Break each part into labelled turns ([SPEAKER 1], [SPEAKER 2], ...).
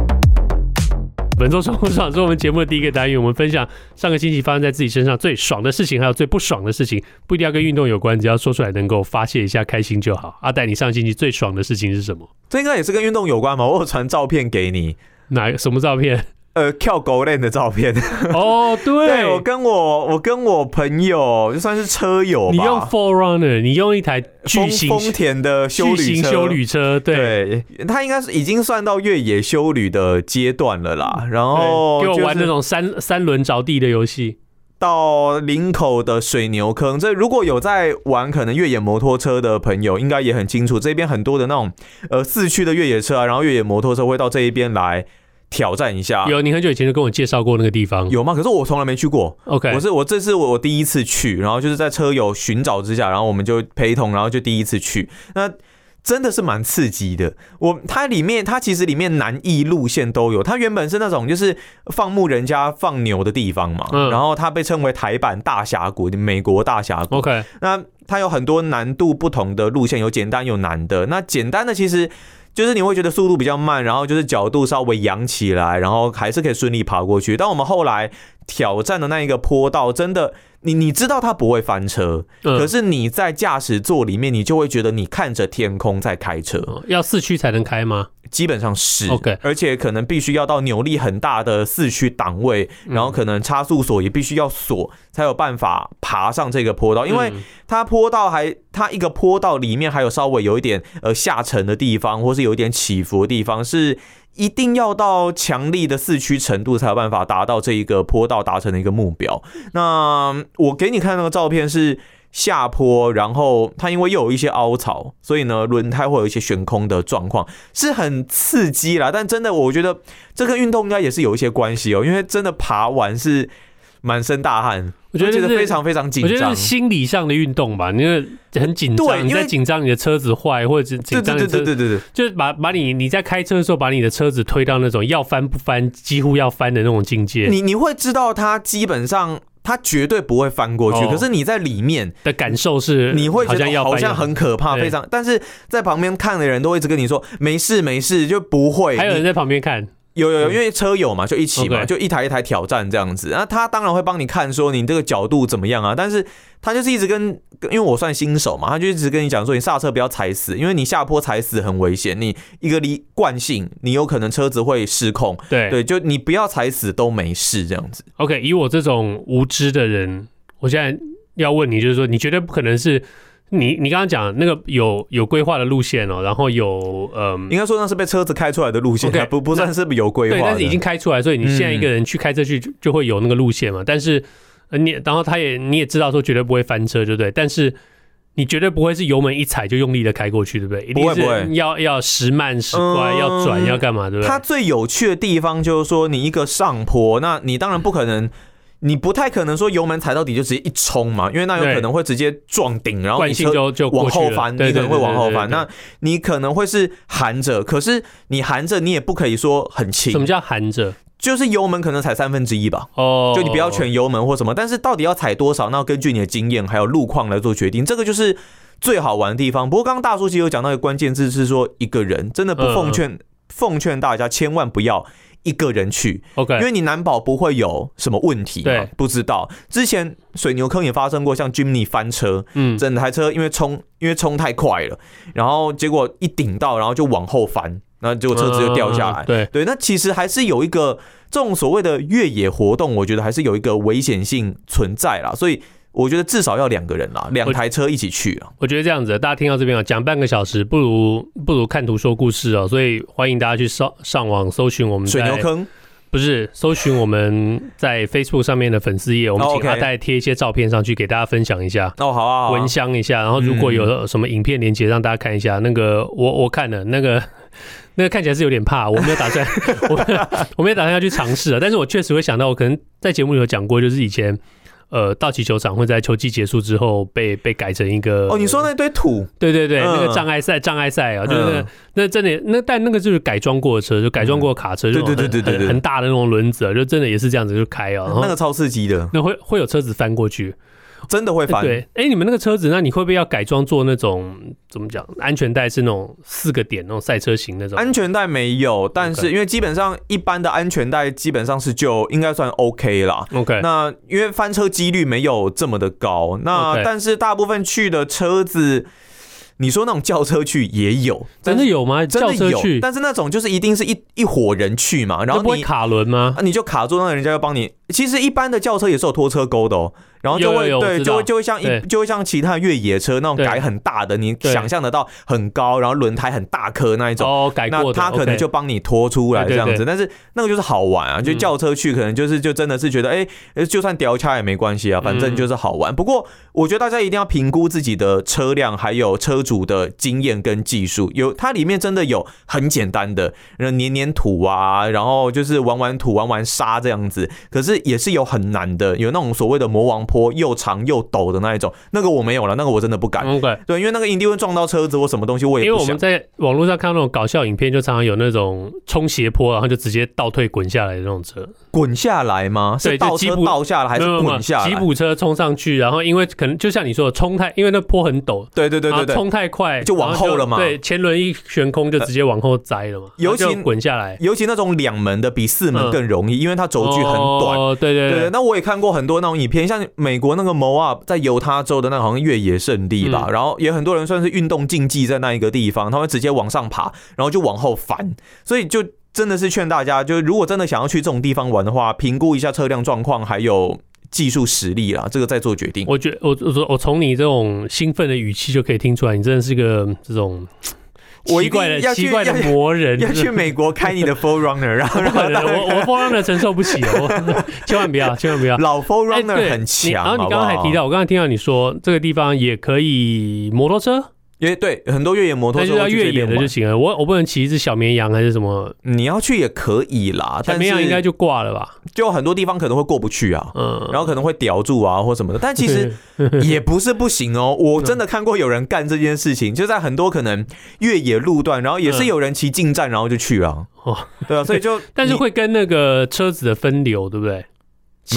[SPEAKER 1] 《本周爽不爽》是我们节目的第一个单元，我们分享上个星期发生在自己身上最爽的事情，还有最不爽的事情，不一定要跟运动有关，只要说出来能够发泄一下开心就好。阿戴，你上星期最爽的事情是什么？
[SPEAKER 2] 这应该也是跟运动有关吧？我有传照片给你，
[SPEAKER 1] 哪什么照 片？
[SPEAKER 2] 呃，跳狗链的照片。
[SPEAKER 1] 哦，对，
[SPEAKER 2] 对我跟我我跟我朋友就算是车友吧，
[SPEAKER 1] 你用 Forerunner，你用一台巨
[SPEAKER 2] 丰
[SPEAKER 1] 型
[SPEAKER 2] 丰田的修
[SPEAKER 1] 巨
[SPEAKER 2] 旅
[SPEAKER 1] 型
[SPEAKER 2] 车，
[SPEAKER 1] 修旅车，对，
[SPEAKER 2] 对，他应该是已经算到越野修旅的阶段了啦。然
[SPEAKER 1] 嗯
[SPEAKER 2] 后
[SPEAKER 1] 对给我
[SPEAKER 2] 哦就
[SPEAKER 1] 玩
[SPEAKER 2] 是
[SPEAKER 1] 那种三三轮着地的游戏。
[SPEAKER 2] 到林口的水牛坑，这如果有在玩可能越野摩托车的朋友，应该也很清楚，这边很多的那种呃四驱的越野车啊，然后越野摩托车会到这一边来挑战一下。
[SPEAKER 1] 有，你很久以前就跟我介绍过那个地方。
[SPEAKER 2] 啊有吗？可是我从来没去过。
[SPEAKER 1] OK，
[SPEAKER 2] 我是我这次我我第一次去，然后就是在车友寻找之下，然后我们就陪同，然后就第一次去，那真的是蛮刺激的。我它里面它其实里面南艺路线都有，它原本是那种就是放牧人家放牛的地方嘛，
[SPEAKER 1] 嗯
[SPEAKER 2] 然后它被称为台版大峡谷，美国大峡谷。
[SPEAKER 1] OK，
[SPEAKER 2] 那它有很多难度不同的路线，有简单有难的。那简单的其实就是你会觉得速度比较慢，然后就是角度稍微扬起来，然后还是可以顺利爬过去。但我们后来挑战的那一个坡道，真的，你你知道它不会翻车，
[SPEAKER 1] 嗯
[SPEAKER 2] 可是你在驾驶座里面，你就会觉得你看着天空在开车，
[SPEAKER 1] 哦要四驱才能开吗？
[SPEAKER 2] 基本上是
[SPEAKER 1] OK
[SPEAKER 2] 而且可能必须要到扭力很大的四驱档位，
[SPEAKER 1] 嗯
[SPEAKER 2] 然后可能差速锁也必须要锁，才有办法爬上这个坡道，因为。
[SPEAKER 1] 嗯
[SPEAKER 2] 它坡道还，它一个坡道里面还有稍微有一点呃下沉的地方，或是有一点起伏的地方，是一定要到强力的四驱程度才有办法达到这一个坡道达成的一个目标。那我给你看那个照片是。下坡，然后它因为又有一些凹槽，所以呢，轮胎会有一些悬空的状况，是很刺激啦。但真的，我觉得这跟运动应该也是有一些关系哦，因为真的爬完是满身大汗，
[SPEAKER 1] 我觉得
[SPEAKER 2] 觉得
[SPEAKER 1] 是
[SPEAKER 2] 非常非常紧
[SPEAKER 1] 我觉得
[SPEAKER 2] 张
[SPEAKER 1] 是。心理上的运动吧，你那很紧
[SPEAKER 2] 对
[SPEAKER 1] 张，你
[SPEAKER 2] 因为
[SPEAKER 1] 在紧张你的车子坏，或者是紧
[SPEAKER 2] 对
[SPEAKER 1] 张
[SPEAKER 2] 对
[SPEAKER 1] 你的
[SPEAKER 2] 对
[SPEAKER 1] 车
[SPEAKER 2] 对
[SPEAKER 1] 子，
[SPEAKER 2] 对对对，
[SPEAKER 1] 就是把把你你在开车的时候把你的车子推到那种要翻不翻，几乎要翻的那种境界
[SPEAKER 2] 你你会知道它基本上它绝对不会翻过去，
[SPEAKER 1] 哦
[SPEAKER 2] 可是你在里面
[SPEAKER 1] 的感受是，
[SPEAKER 2] 你会觉
[SPEAKER 1] 好像
[SPEAKER 2] 得
[SPEAKER 1] 要
[SPEAKER 2] 好
[SPEAKER 1] 翻
[SPEAKER 2] 像
[SPEAKER 1] 要
[SPEAKER 2] 很可怕，
[SPEAKER 1] 对
[SPEAKER 2] 非常。但是在旁边看的人都会一直跟你说没事没事，就不会。
[SPEAKER 1] 还有人
[SPEAKER 2] 你
[SPEAKER 1] 在旁边看，
[SPEAKER 2] 有有有，因为车友嘛，就一起嘛，
[SPEAKER 1] 嗯 OK
[SPEAKER 2] 就一台一台挑战这样子。那他当然会帮你看说你这个角度怎么样啊，但是他就是一直跟，因为我算新手嘛，他就一直跟你讲说你刹车不要踩死，因为你下坡踩死很危险，你一个离惯性，你有可能车子会失控。
[SPEAKER 1] 对嗯
[SPEAKER 2] 对，就你不要踩死都没事这样子。
[SPEAKER 1] OK，以我这种无知的人，我现在要问你，就是说，你绝对不可能是你你刚刚讲那个有有规划的路线哦，然后有嗯。
[SPEAKER 2] 应该说那是被车子开出来的路线
[SPEAKER 1] OK，
[SPEAKER 2] 不不算是有规划
[SPEAKER 1] 对，
[SPEAKER 2] 的。
[SPEAKER 1] 但是已经开出来，所以你现在一个人去开车去就就会有那个路线嘛。但是呃你，然后他也你也知道说绝对不会翻车，对不对？但是你绝对不会是油门一踩就用力的开过去，对不对？一
[SPEAKER 2] 不
[SPEAKER 1] 定
[SPEAKER 2] 会
[SPEAKER 1] 是
[SPEAKER 2] 不会
[SPEAKER 1] 要要时慢时快，
[SPEAKER 2] 嗯
[SPEAKER 1] 要转要干嘛，对不对
[SPEAKER 2] 它？最有趣的地方就是说，你一个上坡，那你当然不可能。你不太可能说油门踩到底就直接一冲嘛，因为那有
[SPEAKER 1] 对
[SPEAKER 2] 可能会直接撞顶，然后
[SPEAKER 1] 惯
[SPEAKER 2] 你
[SPEAKER 1] 性
[SPEAKER 2] 车
[SPEAKER 1] 就就过
[SPEAKER 2] 往
[SPEAKER 1] 去了
[SPEAKER 2] 后翻，
[SPEAKER 1] 对
[SPEAKER 2] 你可
[SPEAKER 1] 对对
[SPEAKER 2] 能会往后翻。
[SPEAKER 1] 对对
[SPEAKER 2] 那你可能会是含着，可是你含着你也不可以说很
[SPEAKER 1] 对什么
[SPEAKER 2] 轻，
[SPEAKER 1] 叫含着？
[SPEAKER 2] 就是油门可能踩三分之一吧，
[SPEAKER 1] 哦，
[SPEAKER 2] 就你不要全油门或什么，但是到底要踩多少，那要根据你的经验还有路况来做决定，这个就是最好玩的地方。不过刚刚大叔其实有讲到一个关键字，是说一个人真的不奉劝、奉劝大家千万不要。一个人去，
[SPEAKER 1] OK，
[SPEAKER 2] 因为你难保不会有什么问题嘛
[SPEAKER 1] 对，
[SPEAKER 2] 不知道。之前水牛坑也发生过，像 Jimny 翻车，
[SPEAKER 1] 嗯
[SPEAKER 2] 整台车因为冲，因为冲太快了，然后结果一顶到，然后就往后翻，然后结果车子就掉下来
[SPEAKER 1] 嗯。对，
[SPEAKER 2] 对，那其实还是有一个这种所谓的越野活动，我觉得还是有一个危险性存在啦，所以我觉得至少要两个人啦，两台车一起去啊。
[SPEAKER 1] 我觉得这样子，大家听到这边啊，讲半个小时，不如不如看图说故事哦。所以欢迎大家去上上网搜寻我们
[SPEAKER 2] 水
[SPEAKER 1] 在
[SPEAKER 2] 牛坑，
[SPEAKER 1] 不是搜寻我们在 Facebook 上面的粉丝页，我们
[SPEAKER 2] 哦
[SPEAKER 1] 请阿
[SPEAKER 2] OK
[SPEAKER 1] 戴贴一些照片上去给大家分享一下。
[SPEAKER 2] 哦，好啊，好啊
[SPEAKER 1] 闻，香一下，然后如果有什么影片连接，让大家看一下。那个我我看了，那个 那个看起来是有点怕，我没有打算， 我我没有打算要去尝试啊。但是我确实会想到，我可能在节目里有讲过，就是以前呃，道奇球场会在球季结束之后被被改成一个
[SPEAKER 2] 哦，你说那堆土，
[SPEAKER 1] 对对对，
[SPEAKER 2] 嗯
[SPEAKER 1] 那个障碍赛，障碍赛啊，就是那个
[SPEAKER 2] 嗯
[SPEAKER 1] 那真的那但那个就是改装过的车，就改装过的卡车，
[SPEAKER 2] 嗯
[SPEAKER 1] 就那种
[SPEAKER 2] 对对对对
[SPEAKER 1] 很
[SPEAKER 2] 对对
[SPEAKER 1] 很大的那种轮子啊，就真的也是这样子就开啊，然后
[SPEAKER 2] 那个超刺激的，
[SPEAKER 1] 那会会有车子翻过去，
[SPEAKER 2] 真的会翻。
[SPEAKER 1] 对，哎，你们那个车子，那你会不会要改装做那种怎么讲？安全带是那种四个点那种赛车型那种？
[SPEAKER 2] 安全带没有，但是
[SPEAKER 1] OK
[SPEAKER 2] 因为基本上一般的安全带基本上是就应该算 OK 啦。
[SPEAKER 1] OK，
[SPEAKER 2] 那因为翻车几率没有这么的高，那
[SPEAKER 1] OK
[SPEAKER 2] 但是大部分去的车子，你说那种轿车去也有，但
[SPEAKER 1] 真
[SPEAKER 2] 是
[SPEAKER 1] 的有吗？
[SPEAKER 2] 真
[SPEAKER 1] 轿
[SPEAKER 2] 的
[SPEAKER 1] 车
[SPEAKER 2] 有，
[SPEAKER 1] 去，
[SPEAKER 2] 但是那种就是一定是一一伙人去嘛，然
[SPEAKER 1] 那不
[SPEAKER 2] 后
[SPEAKER 1] 会
[SPEAKER 2] 你
[SPEAKER 1] 卡轮吗？
[SPEAKER 2] 啊你就卡住，让人家要帮你。其实一般的轿车也是有拖车钩的哦，然后就会
[SPEAKER 1] 有有有我
[SPEAKER 2] 对，
[SPEAKER 1] 知道
[SPEAKER 2] 就会就会像一
[SPEAKER 1] 对
[SPEAKER 2] 就会像其他越野车那种
[SPEAKER 1] 对
[SPEAKER 2] 改很大的，你
[SPEAKER 1] 对
[SPEAKER 2] 想象得到很高，然后轮胎很大颗那一种。
[SPEAKER 1] 哦，改
[SPEAKER 2] 那
[SPEAKER 1] 过的，
[SPEAKER 2] 他可
[SPEAKER 1] OK
[SPEAKER 2] 能就帮你拖出来
[SPEAKER 1] 对对
[SPEAKER 2] 这样
[SPEAKER 1] 对
[SPEAKER 2] 子，但是那个就是好玩啊，就
[SPEAKER 1] 嗯
[SPEAKER 2] 轿车去可能就是就真的是觉得，哎、呃就算掉卡也没关系啊，反
[SPEAKER 1] 嗯
[SPEAKER 2] 正就是好玩。不过我觉得大家一定要评估自己的车辆，还有车主的经验跟技术。有它里面真的有很简单的，呃粘粘土啊，然后就是玩玩土、玩玩沙这样子，可是也是有很难的，有那种所谓的魔王坡，又长又陡的那一种，那个我没有了，那个我真的不敢。
[SPEAKER 1] OK。
[SPEAKER 2] 对，因为那个一定会撞到车子或什么东西，我
[SPEAKER 1] 嗯
[SPEAKER 2] 也
[SPEAKER 1] 因为
[SPEAKER 2] 不
[SPEAKER 1] 我
[SPEAKER 2] 想
[SPEAKER 1] 们。在网络上看到那种搞笑影片，就常常有那种冲斜坡，然后就直接倒退滚下来的那种车，
[SPEAKER 2] 滚下来吗？是
[SPEAKER 1] 对就
[SPEAKER 2] 倒
[SPEAKER 1] 吉
[SPEAKER 2] 车
[SPEAKER 1] 普
[SPEAKER 2] 倒下来还是
[SPEAKER 1] 没有没有没有
[SPEAKER 2] 滚下
[SPEAKER 1] 吉
[SPEAKER 2] 来？
[SPEAKER 1] 普车冲上去，然后因为可能就像你说的，冲太，因为那坡很陡，
[SPEAKER 2] 对对对
[SPEAKER 1] 然后
[SPEAKER 2] 对对。
[SPEAKER 1] 冲太快
[SPEAKER 2] 就往后
[SPEAKER 1] 然
[SPEAKER 2] 了嘛呃
[SPEAKER 1] 对，前轮一悬空就直接往后栽了嘛，
[SPEAKER 2] 尤其
[SPEAKER 1] 然后就滚下来，
[SPEAKER 2] 尤其那种两门的比四门更容易，因为它轴距很短。
[SPEAKER 1] 嗯哦，对对
[SPEAKER 2] 对对，
[SPEAKER 1] 对，
[SPEAKER 2] 那我也看过很多那种影片，像美国那个 Moab 在犹他州的那个好像越野圣地吧，
[SPEAKER 1] 嗯
[SPEAKER 2] 然后也很多人算是运动竞技在那一个地方，他们直接往上爬，然后就往后翻，所以就真的是劝大家，就是如果真的想要去这种地方玩的话，评估一下车辆状况还有技术实力啦，这个再做决定。
[SPEAKER 1] 我觉我我我从你这种兴奋的语气就可以听出来，你真的是个这种
[SPEAKER 2] 我一
[SPEAKER 1] 奇怪
[SPEAKER 2] 定
[SPEAKER 1] 的
[SPEAKER 2] 要去
[SPEAKER 1] 奇怪的
[SPEAKER 2] 要去
[SPEAKER 1] 魔人，
[SPEAKER 2] 要
[SPEAKER 1] 就是
[SPEAKER 2] 去美国开你的 Full Runner，然后
[SPEAKER 1] 不
[SPEAKER 2] 让
[SPEAKER 1] 可能，我我风浪的承受不起，我 千万不要，千万不要。
[SPEAKER 2] 老 Full
[SPEAKER 1] 哎对
[SPEAKER 2] Runner 很
[SPEAKER 1] 你
[SPEAKER 2] 强，
[SPEAKER 1] 然后你
[SPEAKER 2] 好不
[SPEAKER 1] 刚
[SPEAKER 2] 好
[SPEAKER 1] 刚还提，到，我刚刚听到你说这个地方也可以摩托车，
[SPEAKER 2] 因为对很多越野摩托
[SPEAKER 1] 那就
[SPEAKER 2] 车
[SPEAKER 1] 要
[SPEAKER 2] 会去
[SPEAKER 1] 越
[SPEAKER 2] 这
[SPEAKER 1] 野
[SPEAKER 2] 边
[SPEAKER 1] 的就
[SPEAKER 2] 玩
[SPEAKER 1] 行了。我我不能骑一只小绵羊还是什么，
[SPEAKER 2] 你要去也可以啦，
[SPEAKER 1] 小
[SPEAKER 2] 但
[SPEAKER 1] 绵羊
[SPEAKER 2] 是
[SPEAKER 1] 应该就挂了吧？
[SPEAKER 2] 就很多地方可能会过不去啊。
[SPEAKER 1] 嗯，
[SPEAKER 2] 然后可能会叼住啊，或什么的，但其 实也不是不行哦。我
[SPEAKER 1] 嗯
[SPEAKER 2] 真的看过有人干这件事情，就在很多可能越野路段，然后也是有人骑近战，然后就去啊
[SPEAKER 1] 嗯哦。
[SPEAKER 2] 对啊，所以就
[SPEAKER 1] 但是
[SPEAKER 2] 你
[SPEAKER 1] 会跟那个车子的分流，对不对？
[SPEAKER 2] 没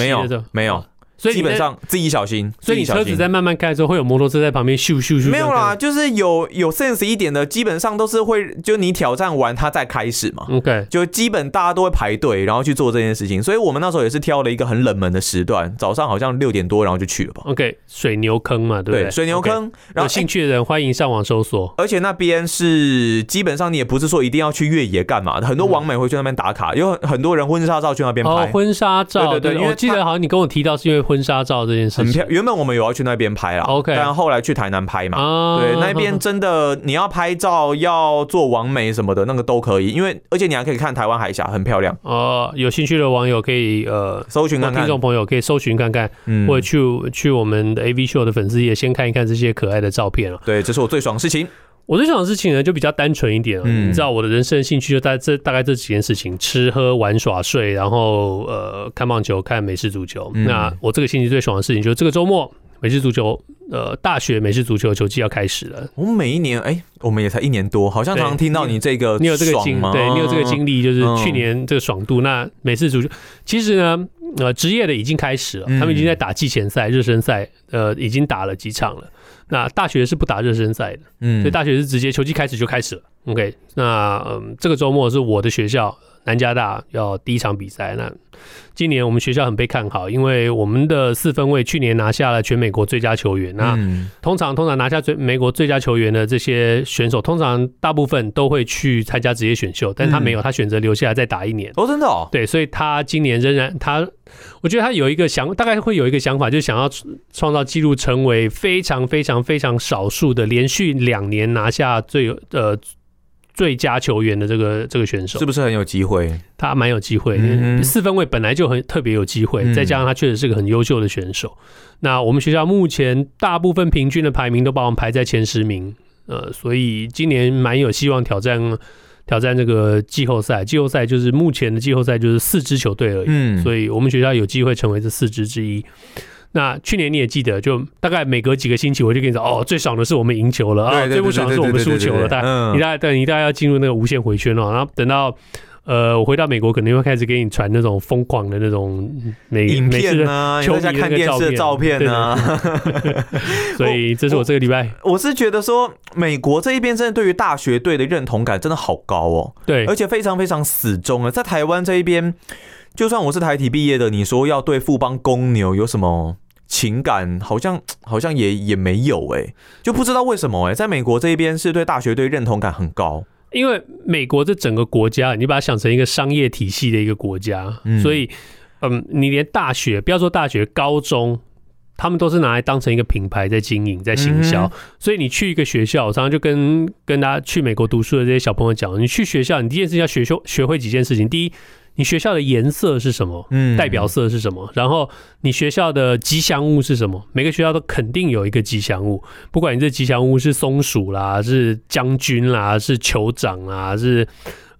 [SPEAKER 1] 骑的时
[SPEAKER 2] 有
[SPEAKER 1] 候哦
[SPEAKER 2] 没有，，
[SPEAKER 1] 所以
[SPEAKER 2] 基
[SPEAKER 1] 你在
[SPEAKER 2] 本，上自己小心，
[SPEAKER 1] 所以你
[SPEAKER 2] 自己小
[SPEAKER 1] 车
[SPEAKER 2] 心
[SPEAKER 1] 子在慢慢开的时候，会有摩托车在旁边咻咻咻，
[SPEAKER 2] 没有啦，
[SPEAKER 1] 啦。
[SPEAKER 2] 就是有有 sense 一点的，基本上都是会就你挑战完它再开始嘛。
[SPEAKER 1] OK，
[SPEAKER 2] 就基本大家都会排队，然后去做这件事情，所以我们那时候也是挑了一个很冷门的时段，早上好像六点多，然后就去了吧。
[SPEAKER 1] OK，水牛坑嘛，对不对？
[SPEAKER 2] 水牛
[SPEAKER 1] OK，
[SPEAKER 2] 坑，
[SPEAKER 1] 有
[SPEAKER 2] 然后
[SPEAKER 1] 兴趣的人欢迎上网搜索。
[SPEAKER 2] 而且那边是基本上你也不是说一定要去越野干嘛的，很多网美会去那边打卡，有很很多人婚纱照去那边
[SPEAKER 1] 哦
[SPEAKER 2] 拍，，
[SPEAKER 1] 婚纱照，
[SPEAKER 2] 对对对因为
[SPEAKER 1] 我记得好像你跟我提到是因为婚纱照这件事
[SPEAKER 2] 很
[SPEAKER 1] 情
[SPEAKER 2] 漂。原本我们有要去那边拍啦
[SPEAKER 1] OK
[SPEAKER 2] 但后来去台南拍嘛。
[SPEAKER 1] 啊
[SPEAKER 2] 对，那边真的你要拍照、要做网美什么的，那个都可以，因为而且你还可以看台湾海峡，很漂亮。
[SPEAKER 1] 哦，有兴趣的网友可以呃，
[SPEAKER 2] 搜寻看
[SPEAKER 1] 听
[SPEAKER 2] 看，
[SPEAKER 1] 众朋友可以搜寻看看，
[SPEAKER 2] 嗯
[SPEAKER 1] 或者去去我们的 AV Show 的粉丝页先看一看这些可爱的照片啊。
[SPEAKER 2] 对，这是我最爽的事情。
[SPEAKER 1] 我最想的事情呢，就比较单纯一点、哦。
[SPEAKER 2] 嗯
[SPEAKER 1] 你知道我的人生兴趣就大这大概这几件事情：吃喝玩耍睡，然后呃看棒球、看美式足球。
[SPEAKER 2] 嗯
[SPEAKER 1] 那我这个星期最爽的事情就是这个周末美式足球，呃，大学美式足球球季要开始了。
[SPEAKER 2] 我们每一年，哎、我们也才一年多，好像
[SPEAKER 1] 对
[SPEAKER 2] 常常听到你这个
[SPEAKER 1] 你有这个
[SPEAKER 2] 呃爽
[SPEAKER 1] 经，
[SPEAKER 2] 吗
[SPEAKER 1] 对你有这个经历，就是
[SPEAKER 2] 嗯
[SPEAKER 1] 去年这个爽度。那美式足球其实呢，呃，职业的已经开始了，
[SPEAKER 2] 嗯
[SPEAKER 1] 他们已经在打季前赛、热身赛，呃，已经打了几场了。那大学是不打热身赛的。
[SPEAKER 2] 嗯，
[SPEAKER 1] 所以大学是直接球季开始就开始了。OK，那嗯，这个周末是我的学校南加大要第一场比赛。那今年我们学校很被看好，因为我们的四分卫去年拿下了全美国最佳球员。那
[SPEAKER 2] 嗯
[SPEAKER 1] 通常通常拿下最美国最佳球员的这些选手，通常大部分都会去参加职业选秀，但他没有，他选择留下来再打一年。
[SPEAKER 2] 哦，真的哦，
[SPEAKER 1] 对，所以他今年仍然他，我觉得他有一个想，大概会有一个想法，就是想要创造纪录，成为非常非常非常少数的连续两年拿下最呃最佳球员的这个这个选手
[SPEAKER 2] 是，不是很有机会？
[SPEAKER 1] 他蛮有机会。
[SPEAKER 2] 嗯哼
[SPEAKER 1] 四分卫本来就很特别有机会，
[SPEAKER 2] 嗯
[SPEAKER 1] 再加上他确实是个很优秀的选手。那我们学校目前大部分平均的排名都把我们排在前十名，呃，所以今年蛮有希望挑战挑战这个季后赛。季后赛就是目前的季后赛就是四支球队而已。
[SPEAKER 2] 嗯，
[SPEAKER 1] 所以我们学校有机会成为这四支之一。那去年你也记得，就大概每隔几个星期，我就跟你说，哦，最爽的是我们赢球了啊，
[SPEAKER 2] 对对对
[SPEAKER 1] 最不爽的是我们输球了。
[SPEAKER 2] 对对对对
[SPEAKER 1] 大概
[SPEAKER 2] 嗯
[SPEAKER 1] 你大概对你大概要进入那个无限回圈了。哦然后等到呃，我回到美国，可能会开始给你传那种疯狂的那种美
[SPEAKER 2] 影
[SPEAKER 1] 美式
[SPEAKER 2] 片
[SPEAKER 1] 的，
[SPEAKER 2] 啊，
[SPEAKER 1] 球迷
[SPEAKER 2] 大家看
[SPEAKER 1] 的那
[SPEAKER 2] 电
[SPEAKER 1] 个
[SPEAKER 2] 视的
[SPEAKER 1] 照
[SPEAKER 2] 照
[SPEAKER 1] 片
[SPEAKER 2] 片啊，
[SPEAKER 1] 所以这是
[SPEAKER 2] 哦
[SPEAKER 1] 我这个礼拜
[SPEAKER 2] 我是觉得说，美国这一边真的对于大学队的认同感真的好高哦，
[SPEAKER 1] 对
[SPEAKER 2] 而且非常非常死忠啊。在台湾这一边，就算我是台体毕业的，你说要对富邦公牛有什么情感，好像好像也也没有哎、就不知道为什么哎、在美国这一边是对大学队认同感很高，
[SPEAKER 1] 因为美国这整个国家，你把它想成一个商业体系的一个国家，
[SPEAKER 2] 嗯
[SPEAKER 1] 所以，嗯，你连大学，不要说大学，高中，他们都是拿来当成一个品牌在经营，在行销。
[SPEAKER 2] 嗯
[SPEAKER 1] 所以你去一个学校，我常常就跟跟大家去美国读书的这些小朋友讲，你去学校，你第一件事情要学修学会几件事情。第一，你学校的颜色是什么？
[SPEAKER 2] 嗯，
[SPEAKER 1] 代表色是什么？然后你学校的吉祥物是什么？每个学校都肯定有一个吉祥物，不管你这吉祥物是松鼠啦，是将军啦，是酋长啦，是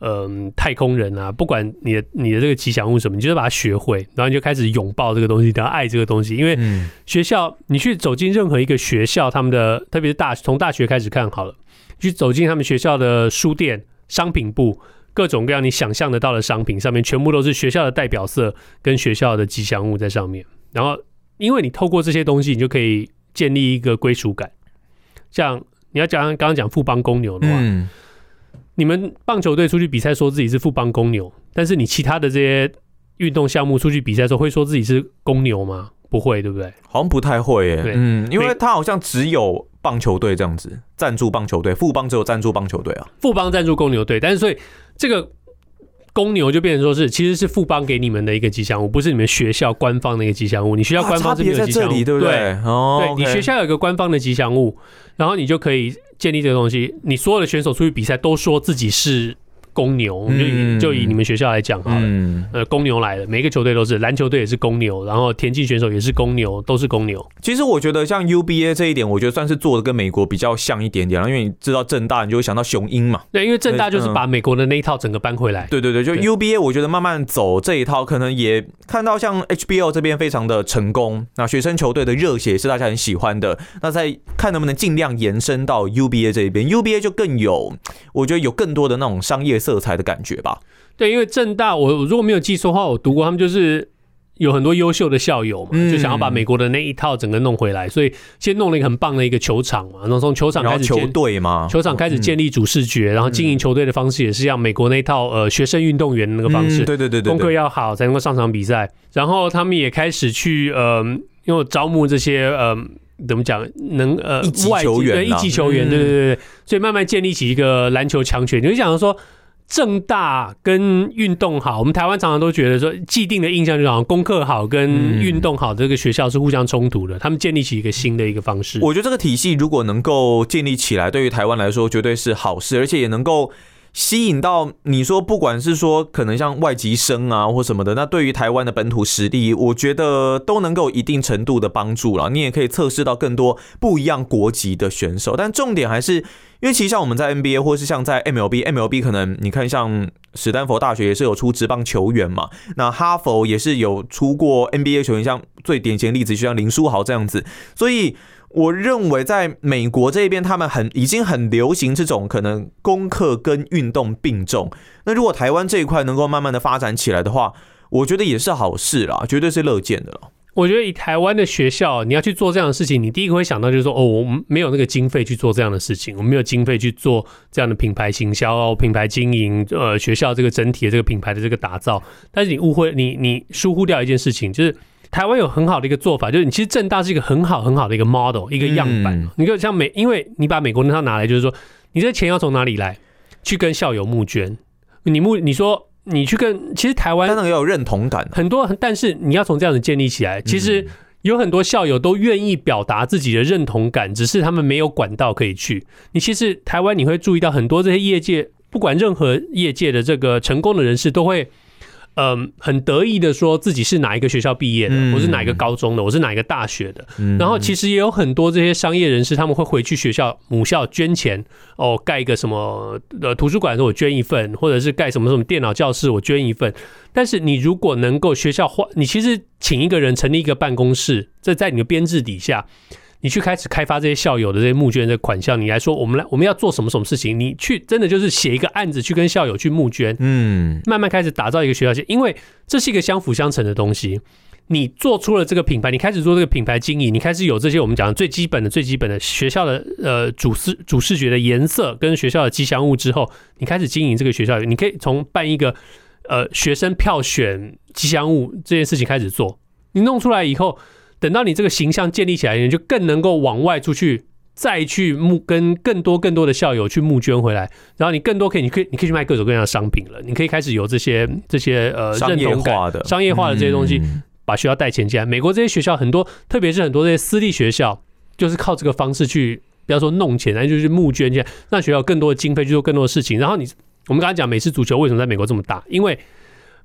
[SPEAKER 1] 嗯、太空人啦，不管你的你的这个吉祥物是什么，你就是把它学会，然后你就开始拥抱这个东西，你要爱这个东西，因为
[SPEAKER 2] 嗯，
[SPEAKER 1] 学校，你去走进任何一个学校，他们的特别是大从大学开始看好了，去走进他们学校的书店、商品部，各种各样你想象得到的商品上面，全部都是学校的代表色跟学校的吉祥物在上面。然后，因为你透过这些东西，你就可以建立一个归属感。像你要讲刚刚讲富邦公牛的话，
[SPEAKER 2] 嗯，
[SPEAKER 1] 你们棒球队出去比赛说自己是富邦公牛，但是你其他的这些运动项目出去比赛的时候会说自己是公牛吗？不会，对不对？
[SPEAKER 2] 好像不太会哎、
[SPEAKER 1] 对
[SPEAKER 2] 嗯，因
[SPEAKER 1] 美
[SPEAKER 2] 为他好像只有棒球队这样子，赞助棒球队，富邦只有赞助棒球队啊，
[SPEAKER 1] 富邦赞助公牛队，但是所以这个公牛就变成说是其实是富邦给你们的一个吉祥物，不是你们学校官方的一个吉祥物。你学校
[SPEAKER 2] 啊
[SPEAKER 1] 官
[SPEAKER 2] 差
[SPEAKER 1] 方是没
[SPEAKER 2] 别
[SPEAKER 1] 有
[SPEAKER 2] 在
[SPEAKER 1] 吉祥
[SPEAKER 2] 这
[SPEAKER 1] 物，
[SPEAKER 2] 里，对不
[SPEAKER 1] 对？
[SPEAKER 2] 对？哦
[SPEAKER 1] 对
[SPEAKER 2] OK
[SPEAKER 1] 你学校有一个官方的吉祥物，然后你就可以建立这个东西。你所有的选手出去比赛都说自己是公牛，我们就以
[SPEAKER 2] 嗯
[SPEAKER 1] 就以你们学校来讲好了。
[SPEAKER 2] 嗯，
[SPEAKER 1] 呃，公牛来了，每一个球队都是，篮球队也是公牛，然后田径选手也是公牛，都是公牛。
[SPEAKER 2] 其实我觉得像 UBA 这一点，我觉得算是做的跟美国比较像一点点了，因为你知道正大，你就会想到雄鹰嘛。
[SPEAKER 1] 对，因为正大就是
[SPEAKER 2] 嗯
[SPEAKER 1] 把美国的那一套整个搬回来。
[SPEAKER 2] 对对对，就
[SPEAKER 1] 对
[SPEAKER 2] UBA，我觉得慢慢走这一套，可能也看到像 HBO 这边非常的成功，那学生球队的热血也是大家很喜欢的。那再看能不能尽量延伸到 UBA 这一边，UBA 就更有，我觉得有更多的那种商业色彩的感觉吧。
[SPEAKER 1] 对，因为正大，我我如果没有记错的话，我读过他们就是有很多优秀的校友嘛，
[SPEAKER 2] 嗯
[SPEAKER 1] 就想要把美国的那一套整个弄回来，所以先弄了一个很棒的一个球场嘛，然后从球场
[SPEAKER 2] 然
[SPEAKER 1] 开
[SPEAKER 2] 后
[SPEAKER 1] 始
[SPEAKER 2] 球
[SPEAKER 1] 建。
[SPEAKER 2] 队嘛，嗯
[SPEAKER 1] 球场开始建立主视觉，然后经营球队的方式也是像美国那一套呃学生运动员那个方式，
[SPEAKER 2] 嗯对对对对对，
[SPEAKER 1] 功课要好才能够上场比赛。然后他们也开始去呃，因为招募这些呃，怎么讲，能呃
[SPEAKER 2] 一级
[SPEAKER 1] 外籍
[SPEAKER 2] 球员
[SPEAKER 1] 对一
[SPEAKER 2] 啦
[SPEAKER 1] 级球员，
[SPEAKER 2] 嗯
[SPEAKER 1] 对对对对，所以慢慢建立起一个篮球强权。你就想说。正大跟运动好，我们台湾常常都觉得说，既定的印象就是好像功课好跟
[SPEAKER 2] 嗯
[SPEAKER 1] 运动好这个学校是互相冲突的。他们建立起一个新的一个方式，
[SPEAKER 2] 我觉得这个体系如果能够建立起来，对于台湾来说绝对是好事，而且也能够吸引到你说，不管是说可能像外籍生啊或什么的，那对于台湾的本土实力，我觉得都能够有一定程度的帮助了。你也可以测试到更多不一样国籍的选手，但重点还是。因为其实像我们在 NBA 或是像在 MLB，MLB 可能你看像史丹佛大学也是有出职棒球员嘛，那哈佛也是有出过 NBA 球员，像最典型的例子就像林书豪这样子，所以我认为在美国这边，他们很已经很流行这种可能功课跟运动并重。那如果台湾这一块能够慢慢的发展起来的话，我觉得也是好事啦，绝对是乐见的了。
[SPEAKER 1] 我觉得以台湾的学校，你要去做这样的事情，你第一个会想到就是说，哦，我们没有那个经费去做这样的事情，我们没有经费去做这样的品牌行销、啊品牌经营，呃，学校这个整体的这个品牌的这个打造。但是你误会，你你疏忽掉一件事情，就是台湾有很好的一个做法，就是你其实正大是一个很好很好的一个 model，一个样板。
[SPEAKER 2] 嗯
[SPEAKER 1] 你就像美，因为你把美国那套拿来，就是说，你这钱要从哪里来？去跟校友募捐，你募你说你去跟，其实台湾
[SPEAKER 2] 但那个要有认同感、啊，
[SPEAKER 1] 很多，但是你要从这样子建立起来，其实
[SPEAKER 2] 嗯
[SPEAKER 1] 有很多校友都愿意表达自己的认同感，只是他们没有管道可以去。你其实台湾你会注意到很多这些业界，不管任何业界的这个成功的人士都会。嗯很得意的说自己是哪一个学校毕业的，
[SPEAKER 2] 嗯
[SPEAKER 1] 我是哪一个高中的，我是哪一个大学的。
[SPEAKER 2] 嗯
[SPEAKER 1] 然后其实也有很多这些商业人士，他们会回去学校母校捐钱哦，盖一个什么呃图书馆，我捐一份，或者是盖什么什么电脑教室，我捐一份。但是你如果能够学校花，你其实请一个人成立一个办公室，这在你的编制底下，你去开始开发这些校友的这些募捐的款项，你来说我们来我们要做什么什么事情，你去真的就是写一个案子去跟校友去募捐，
[SPEAKER 2] 嗯
[SPEAKER 1] 慢慢开始打造一个学校线，因为这是一个相辅相成的东西。你做出了这个品牌，你开始做这个品牌经营，你开始有这些我们讲的最基本的、最基本的学校的呃主视主视觉的颜色跟学校的吉祥物之后，你开始经营这个学校，你可以从办一个呃学生票选吉祥物这件事情开始做。你弄出来以后，等到你这个形象建立起来，你就更能够往外出去，再去募跟更多更多的校友去募捐回来。然后你更多可以，你可以你可以去卖各种各样的商品了，你可以开始有这些这些呃
[SPEAKER 2] 商
[SPEAKER 1] 认
[SPEAKER 2] 业
[SPEAKER 1] 同感，
[SPEAKER 2] 化的
[SPEAKER 1] 商业化的这些东西，
[SPEAKER 2] 嗯
[SPEAKER 1] 把学校带钱进来。美国这些学校很多，特别是很多这些私立学校，就是靠这个方式去，不要说弄钱，但就是募捐进来，让学校有更多的经费去做更多的事情。然后你，我们刚才讲美式足球为什么在美国这么大，因为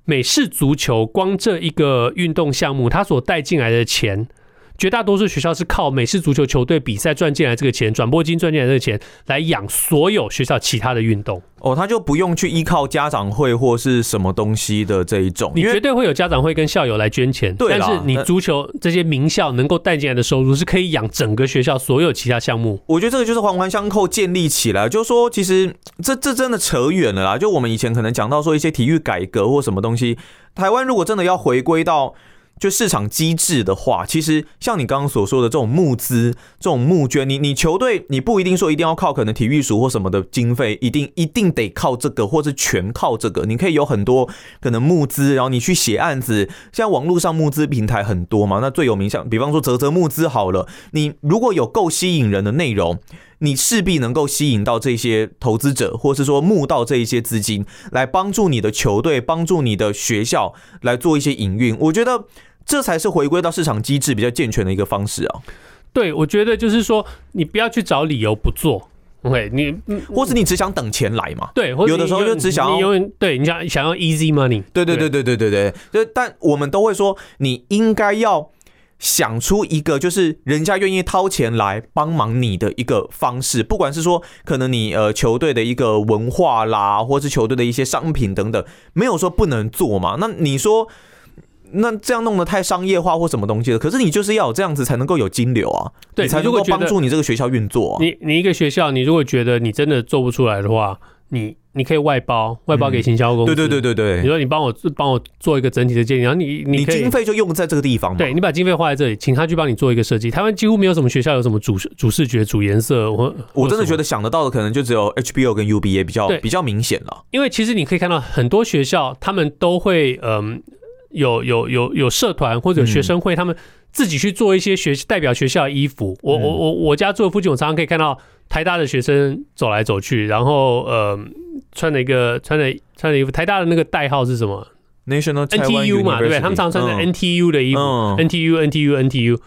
[SPEAKER 1] 美式足球光这一个运动项目，它所带进来的钱。绝大多数学校是靠美式足球球队比赛赚进来这个钱，转播金赚进来这个钱来养所有学校其他的运动。
[SPEAKER 2] 哦，他就不用去依靠家长会或是什么东西的这一种，
[SPEAKER 1] 你
[SPEAKER 2] 因为
[SPEAKER 1] 绝对会有家长会跟校友来捐钱，
[SPEAKER 2] 对啦
[SPEAKER 1] 但是你足球这些名校能够带进来的收入是可以养整个学校所有其他项目。
[SPEAKER 2] 我觉得这个就是环环相扣建立起来，就是说，其实这这真的扯远了啦。就我们以前可能讲到说一些体育改革或什么东西，台湾如果真的要回归到就市场机制的话，其实像你刚刚所说的这种募资、这种募捐，你你球队你不一定说一定要靠可能体育署或什么的经费，一定一定得靠这个，或是全靠这个。你可以有很多可能募资，然后你去写案子。现在网络上募资平台很多嘛，那最有名像比方说泽泽募资好了，你如果有够吸引人的内容，你势必能够吸引到这些投资者，或是说募到这一些资金，来帮助你的球队，帮助你的学校来做一些营运。我觉得这才是回归到市场机制比较健全的一个方式啊，
[SPEAKER 1] 对，我觉得就是说，你不要去找理由不做。OK，你嗯
[SPEAKER 2] 或是你只想等钱来嘛。
[SPEAKER 1] 对，或者
[SPEAKER 2] 有的时候
[SPEAKER 1] 你
[SPEAKER 2] 就只想要
[SPEAKER 1] 你永远对你想想要 easy money，
[SPEAKER 2] 对对对对对对对，就但我们都会说，你应该要想出一个就是人家愿意掏钱来帮忙你的一个方式，不管是说可能你呃球队的一个文化啦，或是球队的一些商品等等，没有说不能做嘛。那你说？那这样弄得太商业化或什么东西了，可是你就是要有这样子才能够有金流啊，
[SPEAKER 1] 对
[SPEAKER 2] 你才
[SPEAKER 1] 你如
[SPEAKER 2] 能
[SPEAKER 1] 果
[SPEAKER 2] 够
[SPEAKER 1] 觉得
[SPEAKER 2] 帮助你这个学校运作、啊。
[SPEAKER 1] 你你一个学校，你如果觉得你真的做不出来的话，你你可以外包，外包给行销公司。
[SPEAKER 2] 嗯对对对对
[SPEAKER 1] 你
[SPEAKER 2] 对，
[SPEAKER 1] 说你帮我帮我做一个整体的建议，然后你
[SPEAKER 2] 你
[SPEAKER 1] 你可以
[SPEAKER 2] 经费就用在这个地方嘛。
[SPEAKER 1] 对你把经费花在这里，请他去帮你做一个设计。台湾几乎没有什么学校有什么主主视觉、主颜色，我
[SPEAKER 2] 我真的觉
[SPEAKER 1] 得，
[SPEAKER 2] 得想得到的可能就只有 HBO 跟 UBA 比较
[SPEAKER 1] 对
[SPEAKER 2] 比较明显了。
[SPEAKER 1] 因为其实你可以看到很多学校，他们都会嗯、有有有有社团或者有学生会，他们自己去做一些学代表学校的衣服。我我我我家住的附近，我常常可以看到台大的学生走来走去，然后呃穿了一个穿了穿了衣服，台大的那个代号是什么
[SPEAKER 2] National Taiwan
[SPEAKER 1] ？NTU 嘛，对不对？
[SPEAKER 2] University
[SPEAKER 1] 他们常常穿着
[SPEAKER 2] 嗯
[SPEAKER 1] NTU 的衣服。
[SPEAKER 2] 嗯
[SPEAKER 1] NTU NTU NTU，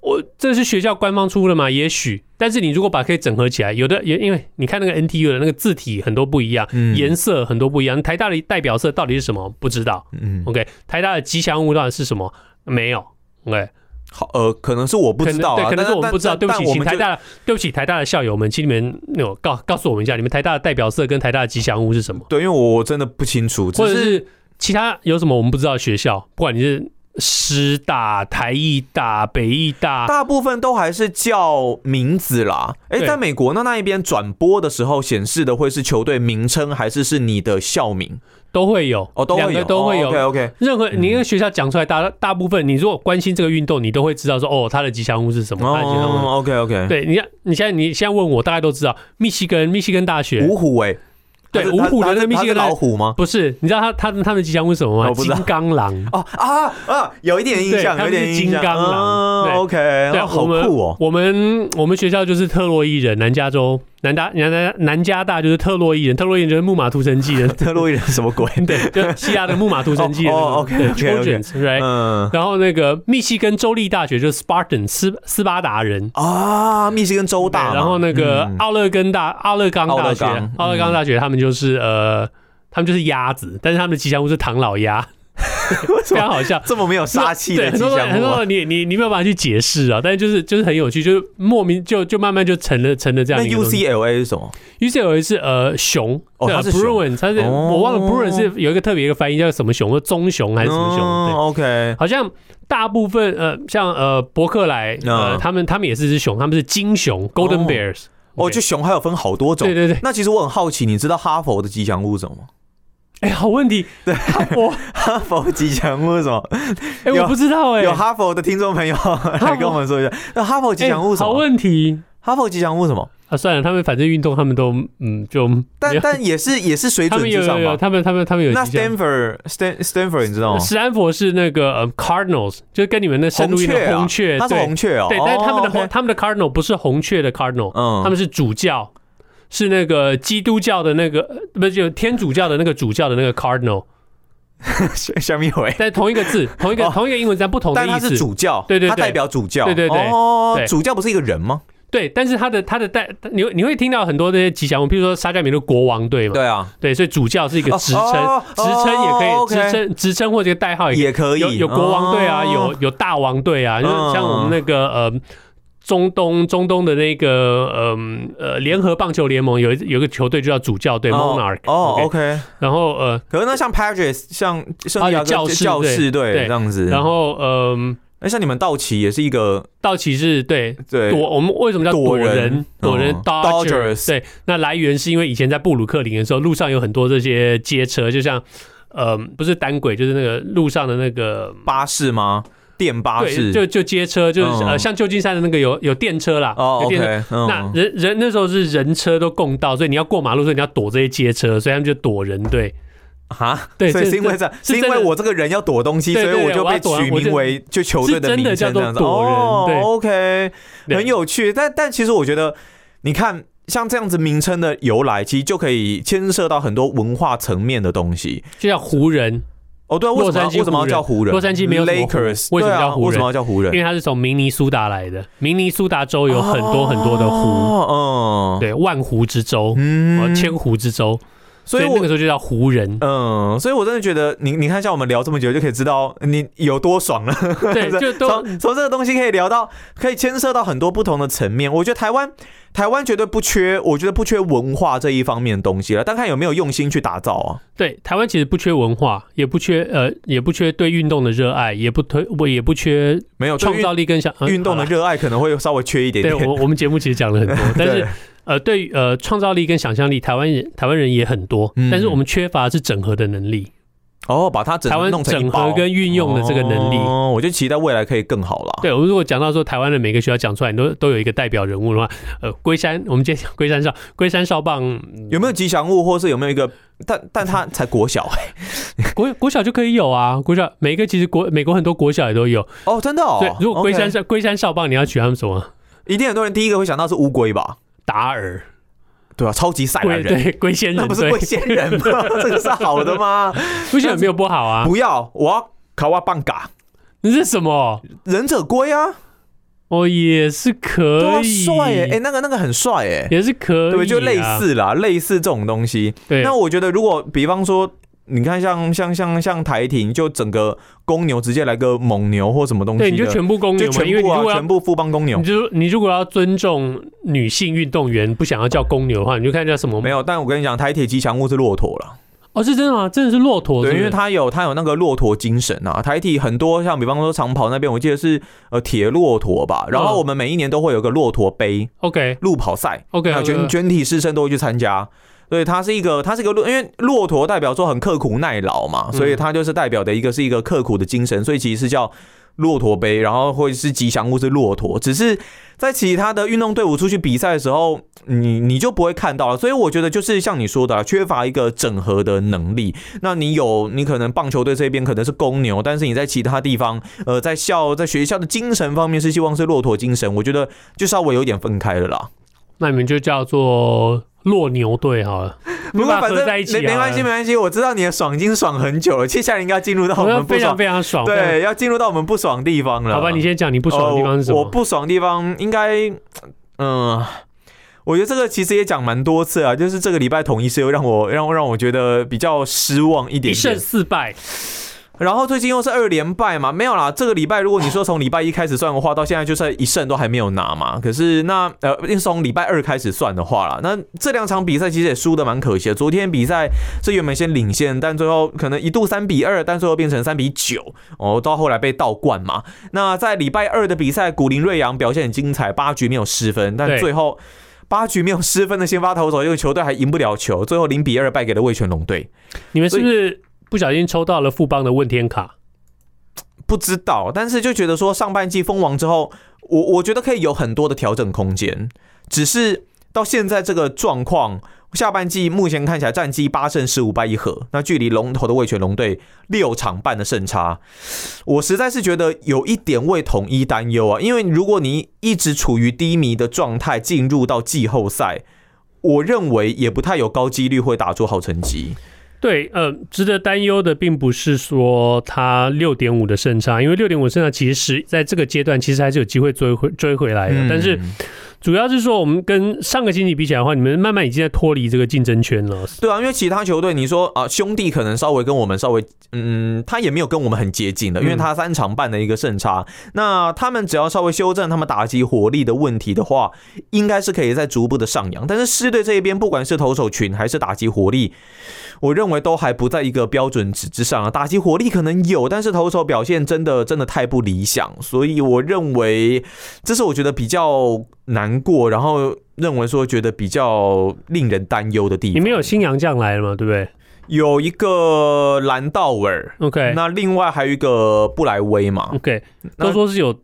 [SPEAKER 1] 我这是学校官方出的嘛？也许，但是你如果把可以整合起来，有的也因为你看那个 NTU 的那个字体很多不一样，
[SPEAKER 2] 嗯
[SPEAKER 1] 颜色很多不一样。台大的代表色到底是什么？不知道。
[SPEAKER 2] 嗯，
[SPEAKER 1] OK，台大的吉祥物到底是什么？没有。OK，
[SPEAKER 2] 好呃，可能是我不
[SPEAKER 1] 可
[SPEAKER 2] 知
[SPEAKER 1] 能
[SPEAKER 2] 道
[SPEAKER 1] 对，
[SPEAKER 2] 啊，
[SPEAKER 1] 可能是
[SPEAKER 2] 但
[SPEAKER 1] 我们不知道。
[SPEAKER 2] 但
[SPEAKER 1] 对不起，
[SPEAKER 2] 但我
[SPEAKER 1] 请
[SPEAKER 2] 们
[SPEAKER 1] 台
[SPEAKER 2] 就
[SPEAKER 1] 大的，对不起，台大的校友们，请你们那种告告诉我们一下，你们台大的代表色跟台大的吉祥物是什么？
[SPEAKER 2] 对，因为我真的不清楚，
[SPEAKER 1] 或
[SPEAKER 2] 只
[SPEAKER 1] 者
[SPEAKER 2] 是
[SPEAKER 1] 是其他有什么我们不知道的学校？不管你是师大、台艺大、北艺大，
[SPEAKER 2] 大部分都还是叫名字啦。哎，
[SPEAKER 1] 对
[SPEAKER 2] 在美国那那一边转播的时候显示的会是球队名称，还是是你的校名？
[SPEAKER 1] 都会有
[SPEAKER 2] 哦，嗯都会
[SPEAKER 1] 两
[SPEAKER 2] 有，
[SPEAKER 1] 个都会有。
[SPEAKER 2] OK OK，
[SPEAKER 1] 任何你那个学校讲出来，大大部分你如果关心这个运动，你都会知道说哦，它的吉祥物是什么，它的吉祥物是什么。
[SPEAKER 2] 哦，OK OK，，
[SPEAKER 1] 对你看，你现在你现在问我，大家都知道密西根密西根大学
[SPEAKER 2] 五虎哎，
[SPEAKER 1] 对
[SPEAKER 2] 他是
[SPEAKER 1] 五
[SPEAKER 2] 他
[SPEAKER 1] 虎的
[SPEAKER 2] 他
[SPEAKER 1] 那
[SPEAKER 2] 是
[SPEAKER 1] 密
[SPEAKER 2] 他
[SPEAKER 1] 西
[SPEAKER 2] 是
[SPEAKER 1] 根大
[SPEAKER 2] 老虎吗？
[SPEAKER 1] 不是？你知道他他们他们的吉祥物是什么吗？
[SPEAKER 2] 我不知
[SPEAKER 1] 金
[SPEAKER 2] 道
[SPEAKER 1] 刚狼。
[SPEAKER 2] 哦啊啊，有一点印
[SPEAKER 1] 对
[SPEAKER 2] 象，
[SPEAKER 1] 他
[SPEAKER 2] 有一
[SPEAKER 1] 们是
[SPEAKER 2] 点印
[SPEAKER 1] 金
[SPEAKER 2] 象。
[SPEAKER 1] 刚狼对
[SPEAKER 2] 嗯，OK，
[SPEAKER 1] 对啊，
[SPEAKER 2] 哦好
[SPEAKER 1] 我们
[SPEAKER 2] 酷哦。
[SPEAKER 1] 我们我们学校就是特洛伊人，南加州南大南南南加大就是特洛伊人，特洛伊人就是木马屠城记的，
[SPEAKER 2] 特洛伊人是什么鬼？
[SPEAKER 1] 对，就希腊的木马屠城记的那种。
[SPEAKER 2] 哦哦，OK，OK，OK
[SPEAKER 1] 对 Trojans，right？
[SPEAKER 2] 嗯
[SPEAKER 1] 然后那个密西根州立大学就是 Spartan 斯斯巴达人，
[SPEAKER 2] 啊，密西根州大嘛，
[SPEAKER 1] 对然后那个
[SPEAKER 2] 嗯
[SPEAKER 1] 奥勒根大奥勒冈大学
[SPEAKER 2] 奥勒冈嗯
[SPEAKER 1] 奥勒冈大学他们就是呃他们就是鸭子，但是他们的吉祥物是唐老 鸭，非常好笑。
[SPEAKER 2] 这么没有杀气
[SPEAKER 1] 对，
[SPEAKER 2] 的
[SPEAKER 1] 很
[SPEAKER 2] 吉
[SPEAKER 1] 多很
[SPEAKER 2] 祥物啊，
[SPEAKER 1] 多你你你没有办法去解释啊，但是就是就是很有趣，就是莫名就就慢慢就成了成了这样
[SPEAKER 2] 那
[SPEAKER 1] 的一个东西。
[SPEAKER 2] UCLA 是什么？
[SPEAKER 1] UCLA 是呃熊，
[SPEAKER 2] 哦
[SPEAKER 1] 对
[SPEAKER 2] 它是
[SPEAKER 1] Bruin，它是
[SPEAKER 2] 哦
[SPEAKER 1] 我忘了 Bruin 是有一个特别一个翻译叫什么熊，或棕熊还是什
[SPEAKER 2] 嗯
[SPEAKER 1] 么熊？对，
[SPEAKER 2] o k
[SPEAKER 1] 好像大部分呃像呃伯克莱呃
[SPEAKER 2] 嗯
[SPEAKER 1] 他们他们也是只熊，他们是金熊 Golden
[SPEAKER 2] 哦
[SPEAKER 1] Bears。
[SPEAKER 2] 哦，就熊还有分好多种
[SPEAKER 1] 对。对对，
[SPEAKER 2] 那其实我很好奇，你知道哈佛的吉祥物是什么吗？
[SPEAKER 1] 哎，好问题，对，我
[SPEAKER 2] 哈佛吉祥物是什么？
[SPEAKER 1] 哎
[SPEAKER 2] 有
[SPEAKER 1] 我不知道哎，
[SPEAKER 2] 有哈佛的听众朋友 来跟我们说一下，那哈佛吉
[SPEAKER 1] 哎
[SPEAKER 2] 祥物是什
[SPEAKER 1] 好
[SPEAKER 2] 么？
[SPEAKER 1] 问题
[SPEAKER 2] 哈佛吉祥物是什么？
[SPEAKER 1] 啊，算了，他们反正运动他们都嗯就没
[SPEAKER 2] 但
[SPEAKER 1] 有
[SPEAKER 2] 但也是也是水
[SPEAKER 1] 他
[SPEAKER 2] 准
[SPEAKER 1] 们有
[SPEAKER 2] 之
[SPEAKER 1] 有
[SPEAKER 2] 上
[SPEAKER 1] 有
[SPEAKER 2] 吧。
[SPEAKER 1] 他们他们他们有
[SPEAKER 2] 那
[SPEAKER 1] 吉祥
[SPEAKER 2] Stanford 哦 Stan Stanford 你知道吗？
[SPEAKER 1] 史丹佛是那个呃 Cardinals，就是跟你们那深入一的红
[SPEAKER 2] 红啊
[SPEAKER 1] 雀，
[SPEAKER 2] 它是
[SPEAKER 1] 对
[SPEAKER 2] 红雀哦。
[SPEAKER 1] 对，但是他们的
[SPEAKER 2] 哦
[SPEAKER 1] 红、
[SPEAKER 2] ，OK
[SPEAKER 1] 他们的 Cardinal 不是红雀的 Cardinal，、
[SPEAKER 2] 嗯
[SPEAKER 1] 他们是主教，是那个基督教的那个呃不是就天主教的那个主教的那个 Cardinal，
[SPEAKER 2] 下下面有欸
[SPEAKER 1] 但是同一个 字，同一个、
[SPEAKER 2] 哦
[SPEAKER 1] 同一个英文字，但不同的
[SPEAKER 2] 但
[SPEAKER 1] 意
[SPEAKER 2] 他是
[SPEAKER 1] 思。
[SPEAKER 2] 主教，
[SPEAKER 1] 对对对
[SPEAKER 2] 他代表主教，
[SPEAKER 1] 对对对
[SPEAKER 2] 哦
[SPEAKER 1] 对，
[SPEAKER 2] 主教不是一个人吗？
[SPEAKER 1] 对，但是他的他的代，你会你会听到很多这些吉祥物，譬如说沙加米的国王队嘛，
[SPEAKER 2] 对啊，
[SPEAKER 1] 对，所以主教是一个
[SPEAKER 2] 哦
[SPEAKER 1] 职称，
[SPEAKER 2] 哦
[SPEAKER 1] 职称也可以，
[SPEAKER 2] 哦
[SPEAKER 1] 职
[SPEAKER 2] ，OK
[SPEAKER 1] 称职称或者一个代号也可以
[SPEAKER 2] 也可
[SPEAKER 1] 哎有
[SPEAKER 2] 以，
[SPEAKER 1] 有国王队啊，
[SPEAKER 2] 哦
[SPEAKER 1] 有有大王队啊，就是像我们
[SPEAKER 2] 嗯
[SPEAKER 1] 那个呃。中东中东的那个嗯呃联合棒球联盟有一有一个球队就叫主教队
[SPEAKER 2] 哦
[SPEAKER 1] Monarch
[SPEAKER 2] 哦
[SPEAKER 1] OK
[SPEAKER 2] ，OK。
[SPEAKER 1] 然后呃
[SPEAKER 2] 可是那像 Padres，像圣地亚
[SPEAKER 1] 啊
[SPEAKER 2] 哥
[SPEAKER 1] 教士
[SPEAKER 2] 教士队
[SPEAKER 1] 对
[SPEAKER 2] 这样子，
[SPEAKER 1] 然后嗯、
[SPEAKER 2] 哎，像你们道奇也是一个
[SPEAKER 1] 道奇是对
[SPEAKER 2] 对
[SPEAKER 1] 躲我们为什么叫躲
[SPEAKER 2] 躲人
[SPEAKER 1] 人躲人
[SPEAKER 2] 哦
[SPEAKER 1] Dodgers
[SPEAKER 2] Dodgers
[SPEAKER 1] 对那来源是因为以前在布鲁克林的时候路上有很多这些街车就像呃不是单轨就是那个路上的那个
[SPEAKER 2] 巴士吗？电巴
[SPEAKER 1] 对
[SPEAKER 2] 士
[SPEAKER 1] 就就街车就是
[SPEAKER 2] 嗯
[SPEAKER 1] 呃像旧金山的那个有有电车啦
[SPEAKER 2] 哦
[SPEAKER 1] 有电车
[SPEAKER 2] ，OK，
[SPEAKER 1] 那
[SPEAKER 2] 嗯，
[SPEAKER 1] 人人那时候是人车都共道，所以你要过马路，所以你要躲这些街车，所以他们就躲人队。
[SPEAKER 2] 哈，
[SPEAKER 1] 对
[SPEAKER 2] 所以
[SPEAKER 1] 这
[SPEAKER 2] 是因为这样，
[SPEAKER 1] 是
[SPEAKER 2] 是
[SPEAKER 1] 真
[SPEAKER 2] 因
[SPEAKER 1] 的
[SPEAKER 2] 为我这个人要躲东西，
[SPEAKER 1] 对
[SPEAKER 2] 所
[SPEAKER 1] 对
[SPEAKER 2] 以
[SPEAKER 1] 对
[SPEAKER 2] 就
[SPEAKER 1] 我要
[SPEAKER 2] 被
[SPEAKER 1] 躲啊
[SPEAKER 2] 取
[SPEAKER 1] 我就
[SPEAKER 2] 名为就球队
[SPEAKER 1] 是真的
[SPEAKER 2] 名
[SPEAKER 1] 叫
[SPEAKER 2] 称
[SPEAKER 1] 做
[SPEAKER 2] 这样子。
[SPEAKER 1] 躲人
[SPEAKER 2] 哦
[SPEAKER 1] 对
[SPEAKER 2] ，OK，
[SPEAKER 1] 对
[SPEAKER 2] 很有趣。但但其实我觉得，你看像这样子名称的由来，其实就可以牵涉到很多文化层面的东西。
[SPEAKER 1] 就像湖人，
[SPEAKER 2] 哦，对啊，为
[SPEAKER 1] 洛
[SPEAKER 2] 什
[SPEAKER 1] 杉
[SPEAKER 2] 么要
[SPEAKER 1] 矶
[SPEAKER 2] 为什么
[SPEAKER 1] 湖
[SPEAKER 2] 要
[SPEAKER 1] 人
[SPEAKER 2] 叫湖人？
[SPEAKER 1] 洛杉矶没有什么湖人
[SPEAKER 2] Lakers，
[SPEAKER 1] 为什么
[SPEAKER 2] 对啊
[SPEAKER 1] 叫湖人
[SPEAKER 2] 为什么要叫湖
[SPEAKER 1] 因
[SPEAKER 2] 人？
[SPEAKER 1] 为他是从明尼苏达来的，明尼苏达州有很多很多的湖，
[SPEAKER 2] 哦，嗯，
[SPEAKER 1] 对，万湖之州，呃，
[SPEAKER 2] 嗯，
[SPEAKER 1] 千湖之州，
[SPEAKER 2] 所
[SPEAKER 1] 所
[SPEAKER 2] 以
[SPEAKER 1] 以
[SPEAKER 2] 我。
[SPEAKER 1] 那个时候就叫湖人
[SPEAKER 2] 嗯，所以我真的觉得你，你看，像我们聊这么久，就可以知道你有多爽了。
[SPEAKER 1] 对，就都
[SPEAKER 2] 从从这个东西可以聊到，可以牵涉到很多不同的层面。我觉得台湾，台湾绝对不缺，我觉得不缺文化这一方面的东西了，但看有没有用心去打造啊。
[SPEAKER 1] 对。台湾其实不缺文化，也不缺呃，也不缺对运动的热爱，也不推，我也不缺
[SPEAKER 2] 没有
[SPEAKER 1] 创造
[SPEAKER 2] 力，
[SPEAKER 1] 力跟想
[SPEAKER 2] 哦对运运动。
[SPEAKER 1] 嗯好
[SPEAKER 2] 的
[SPEAKER 1] 啦
[SPEAKER 2] 热爱可能会稍微缺一点
[SPEAKER 1] 对
[SPEAKER 2] 点。
[SPEAKER 1] 我我们节目其实讲了很 多，但是
[SPEAKER 2] 对
[SPEAKER 1] 呃，对于呃，创造力跟想象力，台湾人台湾人也很多，
[SPEAKER 2] 嗯
[SPEAKER 1] 但是我们缺乏的是整合的能力，
[SPEAKER 2] 哦，把它整
[SPEAKER 1] 台湾
[SPEAKER 2] 弄成一
[SPEAKER 1] 整
[SPEAKER 2] 包
[SPEAKER 1] 合跟运用的这个能力。
[SPEAKER 2] 哦，我就期待未来可以更好啦。
[SPEAKER 1] 对，我们如果讲到说台湾的每个学校讲出来都都有一个代表人物的话，呃，龟山，我们今天讲龟 山少，龟山少棒嗯
[SPEAKER 2] 有没有吉祥物，或是有没有一个？但但它才国小、欸
[SPEAKER 1] 国国小就可以有啊，国小每个其实国美国很多国小也都有，
[SPEAKER 2] 哦，真的哦。
[SPEAKER 1] 对，如果龟山
[SPEAKER 2] OK
[SPEAKER 1] 少龟山少棒，你要取他们什么？
[SPEAKER 2] 一定很多人第一个会想到是乌龟吧？
[SPEAKER 1] 达尔
[SPEAKER 2] 对啊，超级赛亚
[SPEAKER 1] 龟
[SPEAKER 2] 人，
[SPEAKER 1] 对龟仙
[SPEAKER 2] 那
[SPEAKER 1] 人，
[SPEAKER 2] 不是龟
[SPEAKER 1] 对，
[SPEAKER 2] 仙人吗？ 这个是好的吗？
[SPEAKER 1] 龟仙人没有不好啊，
[SPEAKER 2] 不要，我要卡哇棒嘎
[SPEAKER 1] 你是什么？
[SPEAKER 2] 忍者龟
[SPEAKER 1] 哎
[SPEAKER 2] 啊，
[SPEAKER 1] 哦，也是
[SPEAKER 2] 对
[SPEAKER 1] 可
[SPEAKER 2] 啊，
[SPEAKER 1] 以，
[SPEAKER 2] 帅哎、哎，那个那个很帅哎、
[SPEAKER 1] 也是可以、啊，
[SPEAKER 2] 对，就类，似啦，类似这种东西。
[SPEAKER 1] 对，
[SPEAKER 2] 那我觉得，如果比方说，你看像像像像台廷，就整个公牛直接来个蒙牛或什么东西
[SPEAKER 1] 对，
[SPEAKER 2] 的，
[SPEAKER 1] 你就全部公
[SPEAKER 2] 就
[SPEAKER 1] 牛嘛，因为
[SPEAKER 2] 全
[SPEAKER 1] 你
[SPEAKER 2] 部
[SPEAKER 1] 如果
[SPEAKER 2] 啊，
[SPEAKER 1] 要
[SPEAKER 2] 全，部富邦公牛
[SPEAKER 1] 你。就你如果要尊重女性运动员，不想要叫公牛的话，你就看叫什么
[SPEAKER 2] 没
[SPEAKER 1] 有？
[SPEAKER 2] 有，但我跟你讲，台铁吉祥物是骆驼了。
[SPEAKER 1] 哦，是真的吗？真的是骆驼，
[SPEAKER 2] 对，因为
[SPEAKER 1] 他
[SPEAKER 2] 它有它有那个骆驼精神啊。台体很多像比方说长跑那边，我记得是呃铁骆驼吧。然
[SPEAKER 1] 嗯
[SPEAKER 2] 后我们每一年都会有个骆驼杯
[SPEAKER 1] OK
[SPEAKER 2] 路跑赛，
[SPEAKER 1] OK，
[SPEAKER 2] 还有全全体师生都会去参加。对，它是一个，它是一个骆，因为骆驼代表说很刻苦耐劳嘛，所以它就是代表的一个是一个刻苦的精神，所以其实是叫骆驼杯，然后或者是吉祥物是骆驼，只是在其他的运动队伍出去比赛的时候，你你就不会看到了。所以我觉得就是像你说的、啊，缺乏一个整合的能力。那你有你可能棒球队这边可能是公牛，但是你在其他地方，呃，在校在学校的精神方面是希望是骆驼精神，我觉得就稍微有点分开了啦。
[SPEAKER 1] 那你们就叫做骆牛队好了，
[SPEAKER 2] 不过
[SPEAKER 1] 把它
[SPEAKER 2] 反
[SPEAKER 1] 合
[SPEAKER 2] 正
[SPEAKER 1] 在一起啊
[SPEAKER 2] 没没关系，
[SPEAKER 1] 好
[SPEAKER 2] 没
[SPEAKER 1] 了
[SPEAKER 2] 关系。我知道你的爽已经爽很久了，接下来应该进入到我
[SPEAKER 1] 我要
[SPEAKER 2] 们不
[SPEAKER 1] 非常
[SPEAKER 2] 爽，
[SPEAKER 1] 非常爽，非
[SPEAKER 2] 对，哦要进入到我们不爽地方
[SPEAKER 1] 常。
[SPEAKER 2] 了。
[SPEAKER 1] 好吧，你先讲你不爽的地方是什
[SPEAKER 2] 哦
[SPEAKER 1] 么？
[SPEAKER 2] 我我不爽的地方应该，嗯、我觉得这个其实也讲蛮多次啊，就是这个礼拜统一是又让我让让我觉得比较失望一
[SPEAKER 1] 一
[SPEAKER 2] 点
[SPEAKER 1] 胜
[SPEAKER 2] 点。
[SPEAKER 1] 四败，
[SPEAKER 2] 然后最近又是二连败嘛，没有啦。这个礼拜如果你说从礼拜一开始算的话，到现在就是一胜都还没有拿嘛。可是那呃，因为从礼拜二开始算的话啦，那这两场比赛其实也输的蛮可惜的。昨天比赛是原本先领先，但最后可能一度三比二，但最后变成三比九，哦，到后来被倒灌嘛。那在礼拜二的比赛，古林瑞阳表现很精彩，八局没有失分，但
[SPEAKER 1] 对
[SPEAKER 2] 最后。八局没有失分的先发投手，这个球队还赢不了球，最后零比二败给了味全龙队。
[SPEAKER 1] 你们是不是不小心抽到了富邦的问天卡？
[SPEAKER 2] 不知道，但是就觉得说上半季封王之后，我我觉得可以有很多的调整空间，只是到现在这个状况。下半季目前看起来战绩八胜十五败一和，那距离龙头的味全龙队六场半的胜差，我实在是觉得有一点为统一担忧啊。因为如果你一直处于低迷的状态进入到季后赛，我认为也不太有高几率会打出好成绩。
[SPEAKER 1] 对，呃，值得担忧的并不是说他六点五的胜差，因为六点五胜差其实在这个阶段其实还是有机会追回追回来的，哎但是
[SPEAKER 2] 嗯
[SPEAKER 1] 主要是说我们跟上个星期比起来的话，你们慢慢已经在脱离这个竞争圈了。
[SPEAKER 2] 对啊，因为其他球队，你说啊，兄弟可能稍微跟我们稍微，嗯，他也没有跟我们很接近的，因为他三场半的一个胜差。那他们只要稍微修正他们打击火力的问题的话，应该是可以再逐步的上扬。但是狮队这一边，不管是投手群还是打击火力，我认为都还不在一个标准值之上啊。打击火力可能有，但是投手表现真的真的太不理想，所以我认为这是我觉得比较难过，然后认为说觉得比较令人担忧的地方。
[SPEAKER 1] 你们有新洋将来了嘛？对不对
[SPEAKER 2] 有一个兰道尔，
[SPEAKER 1] ？OK
[SPEAKER 2] 那另外还有一个布莱威嘛。
[SPEAKER 1] OK，
[SPEAKER 2] 那
[SPEAKER 1] 都说是有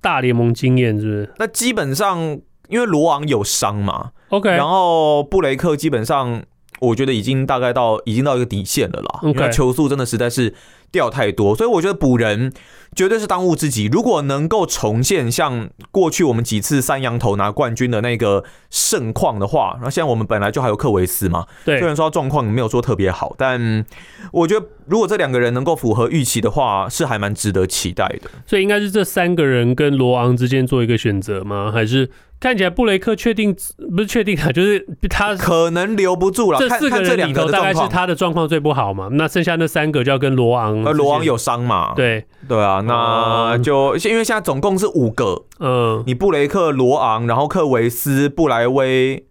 [SPEAKER 1] 大联盟经验，是不是
[SPEAKER 2] 那基本上因为罗昂有伤嘛，
[SPEAKER 1] ？OK，
[SPEAKER 2] 然后布雷克基本上我觉得已经大概到已经到一个底线了啦，因
[SPEAKER 1] OK
[SPEAKER 2] 为他球速真的实在是掉太多，所以我觉得补人绝对是当务之急。如果能够重现像过去我们几次三羊头拿冠军的那个盛况的话，然后现在我们本来就还有克维斯嘛，
[SPEAKER 1] 对
[SPEAKER 2] 虽，然说他状况没有说特别好，但我觉得如果这两个人能够符合预期的话，是还蛮值得期待 的。
[SPEAKER 1] 所以应该是这三个人跟罗昂之间做一个选择吗？还是看起来布雷克确定不是确定啊， 就是他
[SPEAKER 2] 可能留不住了，
[SPEAKER 1] 这
[SPEAKER 2] 看
[SPEAKER 1] 四个
[SPEAKER 2] 看这
[SPEAKER 1] 人
[SPEAKER 2] 两
[SPEAKER 1] 里
[SPEAKER 2] 个
[SPEAKER 1] 头
[SPEAKER 2] 的
[SPEAKER 1] 大概
[SPEAKER 2] 状
[SPEAKER 1] 是
[SPEAKER 2] 况。
[SPEAKER 1] 他的状况最不好嘛，那剩下那三个就要跟罗昂之
[SPEAKER 2] 呃，
[SPEAKER 1] 间，
[SPEAKER 2] 罗昂有伤嘛？
[SPEAKER 1] 对，
[SPEAKER 2] 对啊，那
[SPEAKER 1] 嗯
[SPEAKER 2] 就因为现在总共是五个，
[SPEAKER 1] 嗯，
[SPEAKER 2] 你布雷克、罗昂，然后克维斯、布莱威、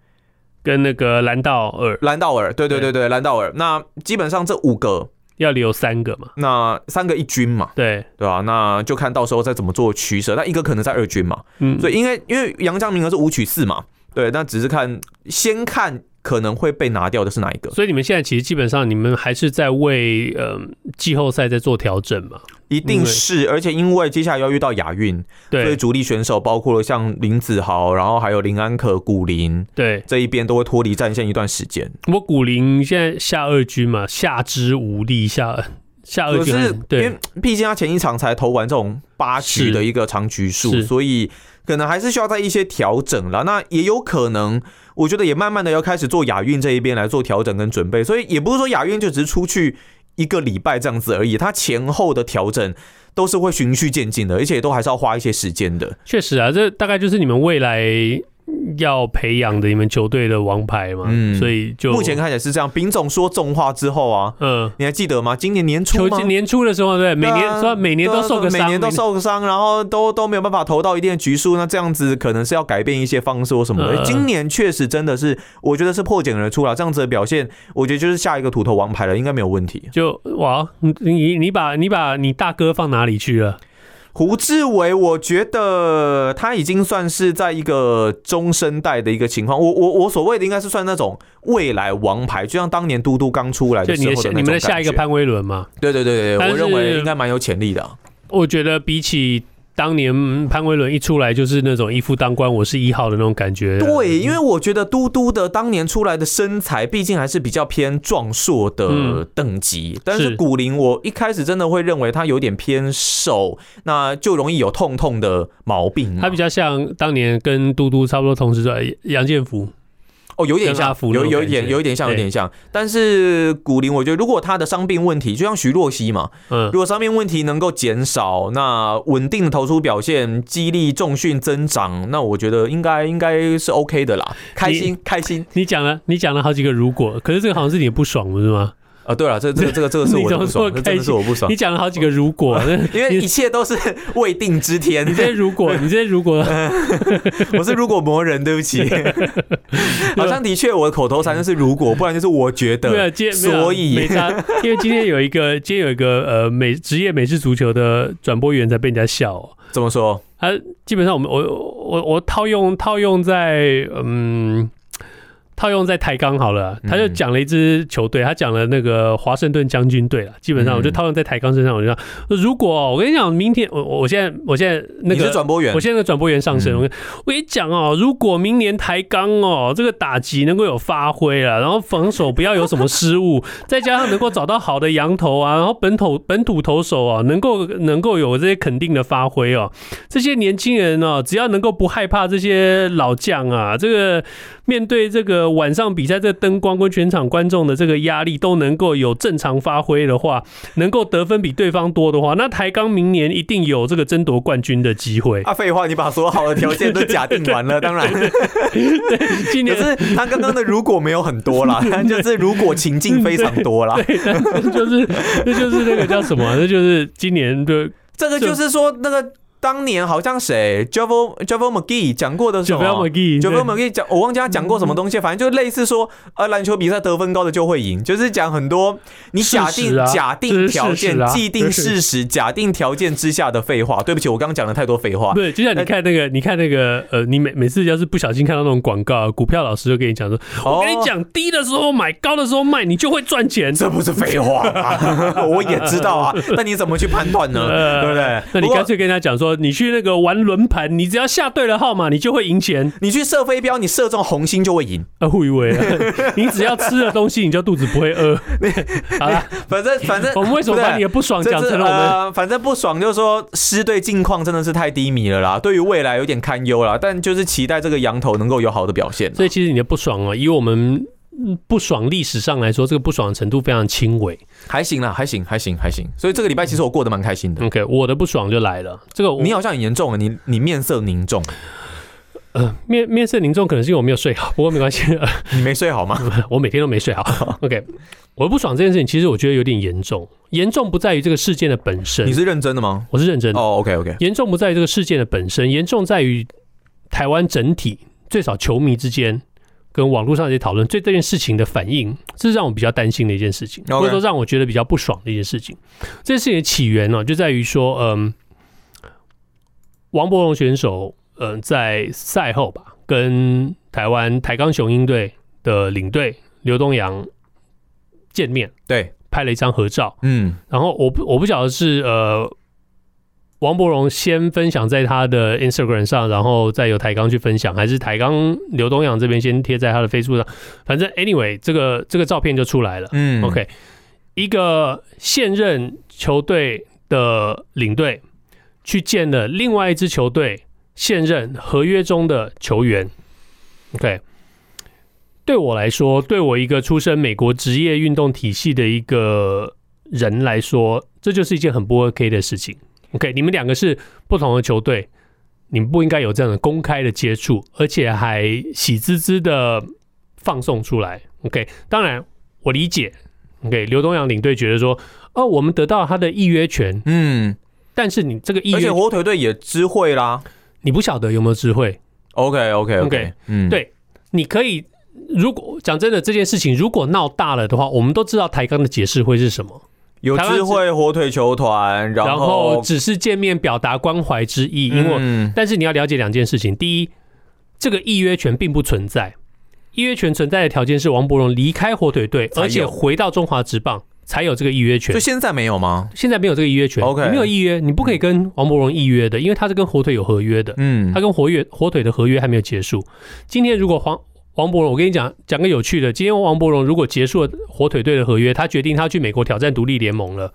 [SPEAKER 1] 跟那个兰道尔
[SPEAKER 2] 兰道尔，对对对对，兰道尔。那基本上这五个，
[SPEAKER 1] 要留三个嘛，
[SPEAKER 2] 那三个一军嘛，
[SPEAKER 1] 对，
[SPEAKER 2] 对吧、那就看到时候再怎么做取舍。那一个可能在二军嘛，
[SPEAKER 1] 嗯，
[SPEAKER 2] 所以因为因为杨将名额是五取四嘛，对，那只是看先看可能会被拿掉的是哪一个，
[SPEAKER 1] 所以你们现在其实基本上你们还是在为嗯、季后赛在做调整嘛，
[SPEAKER 2] 一定是，而且因为接下来要遇到亚运，所以
[SPEAKER 1] 对
[SPEAKER 2] 主力选手包括了像林子豪，然后还有林安可、古林
[SPEAKER 1] 对。
[SPEAKER 2] 这一边都会脱离战线一段时间。
[SPEAKER 1] 我古林现在下二军嘛，下肢无力，下下二
[SPEAKER 2] 可
[SPEAKER 1] 军还
[SPEAKER 2] 是
[SPEAKER 1] 哦是
[SPEAKER 2] 因
[SPEAKER 1] 对
[SPEAKER 2] 为毕竟他前一场才投完这种八局
[SPEAKER 1] 是
[SPEAKER 2] 的一个长局数，
[SPEAKER 1] 是
[SPEAKER 2] 所以可能还是需要在一些调整啦。那也有可能，我觉得也慢慢的要开始做亚运这一边来做调整跟准备，所以也不是说亚运就只是出去一个礼拜这样子而已，它前后的调整都是会循序渐进的，而且都还是要花一些时间的。
[SPEAKER 1] 确实啊，这大概就是你们未来要培养的你们球队的王牌嘛，
[SPEAKER 2] 嗯
[SPEAKER 1] 所以就
[SPEAKER 2] 目前看起来是这样，丙总说重话之后啊，
[SPEAKER 1] 嗯，
[SPEAKER 2] 你还记得吗？今年年初
[SPEAKER 1] 球
[SPEAKER 2] 吗？
[SPEAKER 1] 年初的时候，对，每
[SPEAKER 2] 对
[SPEAKER 1] 年
[SPEAKER 2] 啊
[SPEAKER 1] 说每年都受个
[SPEAKER 2] 对啊
[SPEAKER 1] 伤，
[SPEAKER 2] 每年都受个伤，然后都都没有办法投到一定的局数，那这样子可能是要改变一些方式或什么的。
[SPEAKER 1] 嗯
[SPEAKER 2] 今年确实真的是，我觉得是破茧而出了，这样子的表现，我觉得就是下一个土头王牌了，应该没有问题。
[SPEAKER 1] 就哇，你你你把你把你大哥放哪里去了？
[SPEAKER 2] 胡志伟，我觉得他已经算是在一个中生代的一个情况，我我我所谓的应该是算那种未来王牌，就像当年嘟嘟刚出来
[SPEAKER 1] 就
[SPEAKER 2] 的时
[SPEAKER 1] 你
[SPEAKER 2] 候
[SPEAKER 1] 的
[SPEAKER 2] 的
[SPEAKER 1] 下
[SPEAKER 2] 那种
[SPEAKER 1] 你们的下一个
[SPEAKER 2] 感觉，
[SPEAKER 1] 潘威伦嘛？
[SPEAKER 2] 对对对对，
[SPEAKER 1] 但
[SPEAKER 2] 我认
[SPEAKER 1] 是
[SPEAKER 2] 为应该蛮有潜力的啊、
[SPEAKER 1] 我觉得比起当年嗯潘威伦一出来就是那种一夫当关，我是一号的那种感觉。
[SPEAKER 2] 对，啊因为我觉得嘟嘟的当年出来的身材，毕竟还是比较偏壮硕的
[SPEAKER 1] 嗯
[SPEAKER 2] 等级。但是
[SPEAKER 1] 是
[SPEAKER 2] 古林，我一开始真的会认为他有点偏瘦，那就容易有痛痛的毛病嘛。
[SPEAKER 1] 他比较像当年跟嘟嘟差不多同时出来的杨建福，
[SPEAKER 2] 哦，有点
[SPEAKER 1] 跟阿
[SPEAKER 2] 像，
[SPEAKER 1] 福那
[SPEAKER 2] 有
[SPEAKER 1] 种
[SPEAKER 2] 有一
[SPEAKER 1] 感
[SPEAKER 2] 点，
[SPEAKER 1] 觉
[SPEAKER 2] 有一点像，有
[SPEAKER 1] 对
[SPEAKER 2] 点像。但是古林，我觉得如果他的伤病问题，就像徐若曦嘛，
[SPEAKER 1] 嗯
[SPEAKER 2] 如，果伤病问题能够减少，那稳定的投出表现，激励重训增长，那我觉得应该应该是 OK 的啦，开心开心
[SPEAKER 1] 你讲了，你讲了好几个如果，可是这个好像是你的不爽，不是吗？
[SPEAKER 2] 啊！对了，这这这个这个 是
[SPEAKER 1] 你
[SPEAKER 2] 我
[SPEAKER 1] 怎么
[SPEAKER 2] 的不
[SPEAKER 1] 说
[SPEAKER 2] 爽，这真的是我不爽
[SPEAKER 1] 你，讲了好几个如果， 那
[SPEAKER 2] 因为一切都是未定之天
[SPEAKER 1] 你。这些如 果，你这些如果，
[SPEAKER 2] 我是如果魔人，对 不起，好像的确我的口头禅就是如果，不然就是我觉
[SPEAKER 1] 没有
[SPEAKER 2] 得，
[SPEAKER 1] 今没有
[SPEAKER 2] 所
[SPEAKER 1] 没
[SPEAKER 2] 以
[SPEAKER 1] 差，因为今天有一个今天有一个呃美职业美式足球的转播员才被人家笑、哦，
[SPEAKER 2] 怎么说？
[SPEAKER 1] 他基本上我们我我我套用套用在嗯。套用在台钢好了，啊他就
[SPEAKER 2] 嗯
[SPEAKER 1] 讲了一支球队，他讲了那个华盛顿将军队了。基本上，我就
[SPEAKER 2] 嗯
[SPEAKER 1] 套用在台钢身上，我就说，如果哦我跟你讲，明天我我我现在我现在那
[SPEAKER 2] 你
[SPEAKER 1] 个
[SPEAKER 2] 是转播员
[SPEAKER 1] 我，现在的转播员上升，
[SPEAKER 2] 嗯
[SPEAKER 1] 我跟我跟你讲哦，如果明年台钢哦这个打击能够有发挥了，然后防守不要有什么失误，再加上能够找到好的羊头啊，然后本土 本土投手啊，能够能够有这些肯定的发挥哦，这些年轻人哦，只要能够不害怕这些老将啊，这个面对这个晚上比赛这个灯光跟全场观众的这个压力，都能够有正常发挥的话，能够得分比对方多的话，那台钢明年一定有这个争夺冠军的机会。
[SPEAKER 2] 啊，废话，你把所有好的条件都假定完 了，当然。
[SPEAKER 1] 今
[SPEAKER 2] 可
[SPEAKER 1] 年
[SPEAKER 2] 是他刚刚的如果没有很多啦，就是如果情境非常多啦。
[SPEAKER 1] 对，但是就是那就是那个叫什么啊？那就是今年的
[SPEAKER 2] 这个就是说，那个当年好像谁 Javo Javo McGee 讲过的什
[SPEAKER 1] j a
[SPEAKER 2] 么啊
[SPEAKER 1] v a m c
[SPEAKER 2] ？Javo
[SPEAKER 1] g e
[SPEAKER 2] McGee 讲，我忘记他讲过什么东
[SPEAKER 1] 嗯
[SPEAKER 2] 西，反正就类似说，呃，篮球比赛得分高的就会赢，就是讲很多你假
[SPEAKER 1] 事实
[SPEAKER 2] 定
[SPEAKER 1] 啊
[SPEAKER 2] 假定条
[SPEAKER 1] 这是事实
[SPEAKER 2] 件、
[SPEAKER 1] 啊
[SPEAKER 2] 既定事实、假定条件之下的废话。对不起，我刚刚讲了太多废话
[SPEAKER 1] 不。是，就像你看那个，你看那个，呃，你每每次要是不小心看到那种广告，股票老师就跟你讲说，
[SPEAKER 2] 哦
[SPEAKER 1] 我跟你讲，低的时候买，高的时候卖，你就会赚钱。
[SPEAKER 2] 这不是 废话吗？我也知道啊，那你怎么去判断呢？
[SPEAKER 1] 呃
[SPEAKER 2] 对不对？
[SPEAKER 1] 那你
[SPEAKER 2] 不过
[SPEAKER 1] 干脆跟他讲说，你去那个玩轮盘，你只要下对了号码，你就会赢钱。
[SPEAKER 2] 你去射飞镖，你射中红心就会赢。
[SPEAKER 1] 啊，互以为 啊，你只要吃了东西，你就肚子不会饿。好了，
[SPEAKER 2] 反正反正，
[SPEAKER 1] 我们为什么
[SPEAKER 2] 对
[SPEAKER 1] 把你的不爽
[SPEAKER 2] 这
[SPEAKER 1] 讲
[SPEAKER 2] 是
[SPEAKER 1] 成了我们？
[SPEAKER 2] 呃，反正不爽就是说师队近况真的是太低迷了啦，对于未来有点堪忧啦。但就是期待这个羊头能够有好的表现啊。
[SPEAKER 1] 所以其实你的不爽哦，以我们嗯不爽历史上来说，这个不爽的程度非常轻微。
[SPEAKER 2] 还行啦，还行，还行，还行。所以这个礼拜其实我过得蛮开心的。
[SPEAKER 1] OK，我的不爽就来了，这个我
[SPEAKER 2] 你好像很严重啊，你你面色凝重，
[SPEAKER 1] 呃面面色凝重，可能是因为我没有睡好，不过没关系，呃
[SPEAKER 2] 你没睡好吗？
[SPEAKER 1] 我每天都没睡 好。OK，我的不爽这件事情，其实我觉得有点严重，严重不在于这个事件的本身
[SPEAKER 2] 你，是认真的吗？
[SPEAKER 1] 我是认真的，
[SPEAKER 2] 哦，OK OK，
[SPEAKER 1] 严重不在于这个事件的本身，严重在于台湾整体，最少球迷之间跟网络上这些讨论对这件事情的反应，这是让我比较担心的一件事情，
[SPEAKER 2] OK
[SPEAKER 1] 或者说让我觉得比较不爽的一件事情。这件事情的起源呢、就在于说，嗯，王柏荣选手，嗯，在赛后吧，跟台湾台钢雄鹰队的领队刘东阳见面，
[SPEAKER 2] 对，
[SPEAKER 1] 拍了一张合照。
[SPEAKER 2] 嗯，
[SPEAKER 1] 然后我不我不晓得是呃，王伯荣先分享在他的 Instagram 上，然后再由台钢去分享，还是台钢刘东阳这边先贴在他的 Facebook 上。反正 anyway，这个这个照片就出来了。
[SPEAKER 2] 嗯
[SPEAKER 1] OK，一个现任球队的领队去见了另外一支球队现任合约中的球员。OK，对我来说，对我一个出身美国职业运动体系的一个人来说，这就是一件很不 OK 的事情。OK，你们两个是不同的球队，你们不应该有这样的公开的接触，而且还喜滋滋的放送出来。OK，当然我理解。OK，刘东阳领队觉得说，哦，我们得到他的预约权，
[SPEAKER 2] 嗯，
[SPEAKER 1] 但是你这个预
[SPEAKER 2] 而
[SPEAKER 1] 约
[SPEAKER 2] 且，火腿队也知会啦。
[SPEAKER 1] 你不晓得有没有智慧。
[SPEAKER 2] OK OK
[SPEAKER 1] OK，
[SPEAKER 2] 嗯，
[SPEAKER 1] 对你可以，如果讲真的，这件事情如果闹大了的话，我们都知道台钢的解释会是什么。
[SPEAKER 2] 有
[SPEAKER 1] 台湾
[SPEAKER 2] 知会火腿球团，
[SPEAKER 1] 然后
[SPEAKER 2] 后
[SPEAKER 1] 只是见面表达关怀之意，因为、
[SPEAKER 2] 嗯
[SPEAKER 1] 但是你要了解两件事情：第一，这个议约权并不存在，议约权存在的条件是王伯荣离开火腿队，
[SPEAKER 2] 才有
[SPEAKER 1] 而且回到中华职棒才有这个议约权
[SPEAKER 2] 就。现在没有吗？
[SPEAKER 1] 现在没有这个议约权
[SPEAKER 2] OK
[SPEAKER 1] 你没有议约，你不可以跟王伯荣议约的，因为他是跟火腿有合约的，
[SPEAKER 2] 嗯
[SPEAKER 1] 他，跟火约火腿的合约还没有结束。今天如果黄王伯荣，我跟你讲讲个有趣的，今天王伯荣如果结束了火腿队的合约，他决定他要去美国挑战独立联盟了，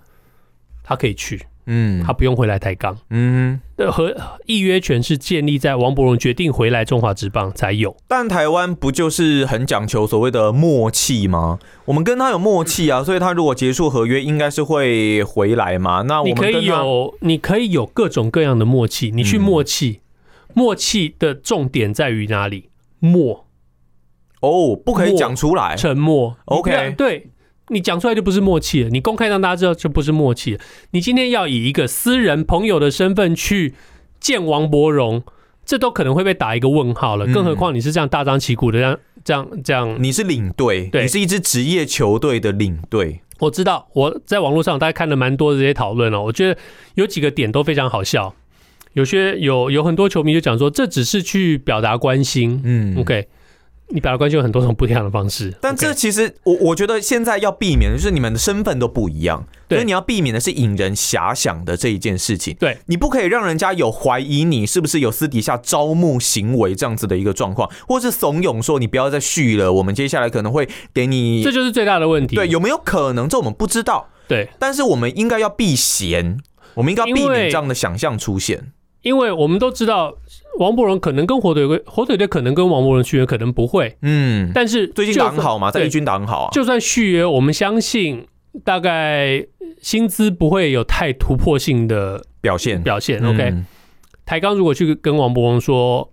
[SPEAKER 1] 他可以去。
[SPEAKER 2] 嗯
[SPEAKER 1] 他不用回来抬杠。
[SPEAKER 2] 嗯，
[SPEAKER 1] 那和呃议约权是建立在王伯荣决定回来中华职棒才有。
[SPEAKER 2] 但台湾不就是很讲求所谓的默契吗？我们跟他有默契啊，所以他如果结束合约，应该是会回来嘛。那我
[SPEAKER 1] 你
[SPEAKER 2] 们
[SPEAKER 1] 可
[SPEAKER 2] 跟
[SPEAKER 1] 以
[SPEAKER 2] 他
[SPEAKER 1] 有，你可以有各种各样的默契。你去
[SPEAKER 2] 嗯
[SPEAKER 1] 默契，默契的重点在于哪里？默，
[SPEAKER 2] 哦，不可以讲出来。
[SPEAKER 1] 沉默。你不要
[SPEAKER 2] OK
[SPEAKER 1] 对你讲出来就不是默契了。你公开让大家知道就不是默契了。你今天要以一个私人朋友的身份去见王伯荣，这都可能会被打一个问号了。
[SPEAKER 2] 嗯
[SPEAKER 1] 更何况你是这样大张旗鼓的这样这样这样
[SPEAKER 2] 你是领队，
[SPEAKER 1] 对
[SPEAKER 2] 你是一支职业球队的领队。
[SPEAKER 1] 我知道，我在网络上大概看了蛮多的这些讨论哦，我觉得有几个点都非常好笑。有些有有很多球迷就讲说，这只是去表达关心。
[SPEAKER 2] 嗯
[SPEAKER 1] OK，你表达关心有很多种不一样的方式，
[SPEAKER 2] 但
[SPEAKER 1] OK
[SPEAKER 2] 这其实我我觉得现在要避免的就是你们的身份都不一样，
[SPEAKER 1] 对
[SPEAKER 2] 所以你要避免的是引人遐想的这一件事情。
[SPEAKER 1] 对
[SPEAKER 2] 你不可以让人家有怀疑你是不是有私底下招募行为这样子的一个状况，或是怂恿说你不要再续了，我们接下来可能会给你
[SPEAKER 1] 这就是最大的问题。
[SPEAKER 2] 对有没有可能？这我们不知道，
[SPEAKER 1] 对，
[SPEAKER 2] 但是我们应该要避嫌，我们应该避
[SPEAKER 1] 因
[SPEAKER 2] 免
[SPEAKER 1] 为
[SPEAKER 2] 这样的想象出现。
[SPEAKER 1] 因为我们都知道王伯荣可能跟火腿队，火腿队可能跟王伯荣续约，可能不会。
[SPEAKER 2] 嗯，
[SPEAKER 1] 但是
[SPEAKER 2] 最近
[SPEAKER 1] 就
[SPEAKER 2] 打很好嘛，在
[SPEAKER 1] 对
[SPEAKER 2] 一军打很好啊。
[SPEAKER 1] 就算续约，我们相信大概薪资不会有太突破性的
[SPEAKER 2] 表现
[SPEAKER 1] 表现。OK，、
[SPEAKER 2] 嗯
[SPEAKER 1] 台钢如果去跟王伯荣说，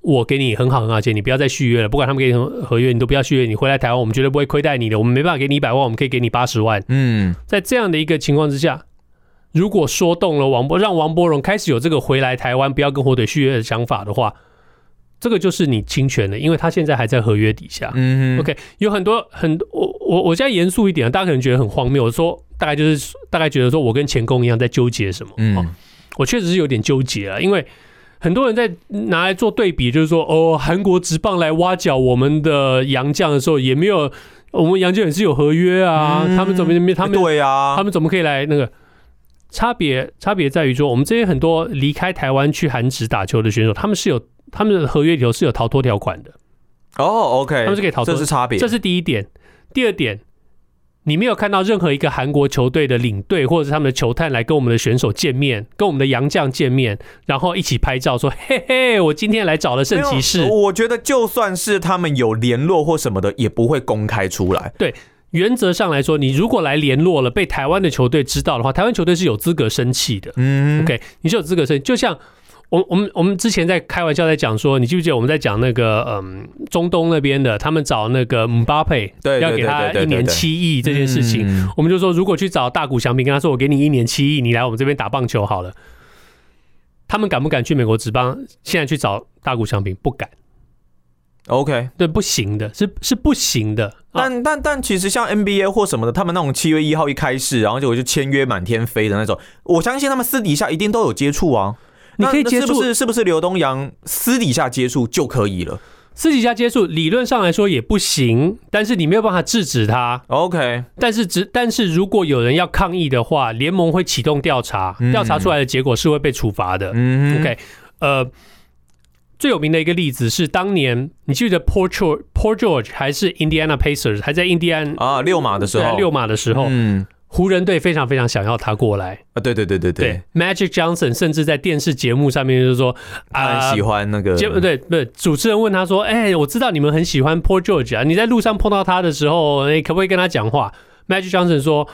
[SPEAKER 1] 我给你很好很好的钱，你不要再续约了，不管他们给你合合约，你都不要续约，你回来台湾，我们绝对不会亏待你的，我们没办法给你一百万，我们可以给你八十万。
[SPEAKER 2] 嗯，
[SPEAKER 1] 在这样的一个情况之下，如果说动了王伯，让王伯荣开始有这个回来台湾不要跟火腿续约的想法的话，这个就是你侵权了，因为他现在还在合约底下。
[SPEAKER 2] 嗯哼
[SPEAKER 1] OK，有很多很多我我我现在严肃一点，啊大家可能觉得很荒谬，我说大概就是大概觉得说我跟钱工一样在纠结什么，嗯、
[SPEAKER 2] 嗯
[SPEAKER 1] 我确实是有点纠结啊，因为很多人在拿来做对比，就是说，哦，韩国职棒来挖角我们的洋将的时候，也没有我们洋将也是有合约啊，
[SPEAKER 2] 嗯
[SPEAKER 1] 他们怎么怎么，他们、
[SPEAKER 2] 对啊，
[SPEAKER 1] 他们怎么可以来那个？差别差别在于说，我们这些很多离开台湾去韩职打球的选手，他们是有他们的合约里头是有逃脱条款的，
[SPEAKER 2] 哦，OK，
[SPEAKER 1] 他们是可以逃脱
[SPEAKER 2] 这是差别，
[SPEAKER 1] 这是第一点。第二点，你没有看到任何一个韩国球队的领队或者是他们的球探来跟我们的选手见面，跟我们的洋将见面，然后一起拍照说：“嘿嘿，我今天来找了圣骑
[SPEAKER 2] 没
[SPEAKER 1] 士
[SPEAKER 2] 有。我觉得就算是他们有联络或什么的，也不会公开出来。”
[SPEAKER 1] 原则上来说，你如果来联络了，被台湾的球队知道的话，台湾球队是有资格生气的。
[SPEAKER 2] 嗯
[SPEAKER 1] OK，你是有资格生气，就像。我我们我们之前在开玩笑在讲说，你记不记得我们在讲那个嗯中东那边的，他们找那个姆巴佩
[SPEAKER 2] 对对
[SPEAKER 1] 要给
[SPEAKER 2] 对
[SPEAKER 1] 他
[SPEAKER 2] 对对
[SPEAKER 1] 一年
[SPEAKER 2] 对
[SPEAKER 1] 七亿这件事情，
[SPEAKER 2] 嗯
[SPEAKER 1] 我们就说，如果去找大谷翔平，跟他说我给你一年七亿，你来我们这边打棒球好了，他们敢不敢去美国职棒？现在去找大谷翔平，不敢，
[SPEAKER 2] OK，
[SPEAKER 1] 对，不行的，是是不行的。啊，
[SPEAKER 2] 但但但其实像 NBA 或什么的，他们那种七月一号一开始，然后结果就签约满天飞的那种，我相信他们私底下一定都有接触啊。
[SPEAKER 1] 你可以
[SPEAKER 2] 那那
[SPEAKER 1] 接
[SPEAKER 2] 是
[SPEAKER 1] 触
[SPEAKER 2] 不是是不是刘东阳私底下接触就可以了
[SPEAKER 1] 私底下接触，理论上来说也不行，但是你没有办法制止他。
[SPEAKER 2] ？OK，
[SPEAKER 1] 但是只但是如果有人要抗议的话，联盟会启动调查，调查出来的结果是会被处罚的。
[SPEAKER 2] 嗯
[SPEAKER 1] OK，呃，最有名的一个例子是当年你记得 Paul George Paul George 还是 Indiana Pacers 还在印第安
[SPEAKER 2] 啊，六码的时
[SPEAKER 1] 对
[SPEAKER 2] 候，
[SPEAKER 1] 六马的时候，
[SPEAKER 2] 嗯
[SPEAKER 1] 湖人队非常非常想要他过来。
[SPEAKER 2] 啊，对对对对对，
[SPEAKER 1] ，Magic Johnson 甚至在电视节目上面就是说
[SPEAKER 2] 他
[SPEAKER 1] 啊
[SPEAKER 2] 很喜。欢那个，
[SPEAKER 1] 节目对不是，主持人问他说：“哎、我知道你们很喜欢 Paul George 啊，你在路上碰到他的时候，你可不可以跟他讲话？”Magic Johnson 说：“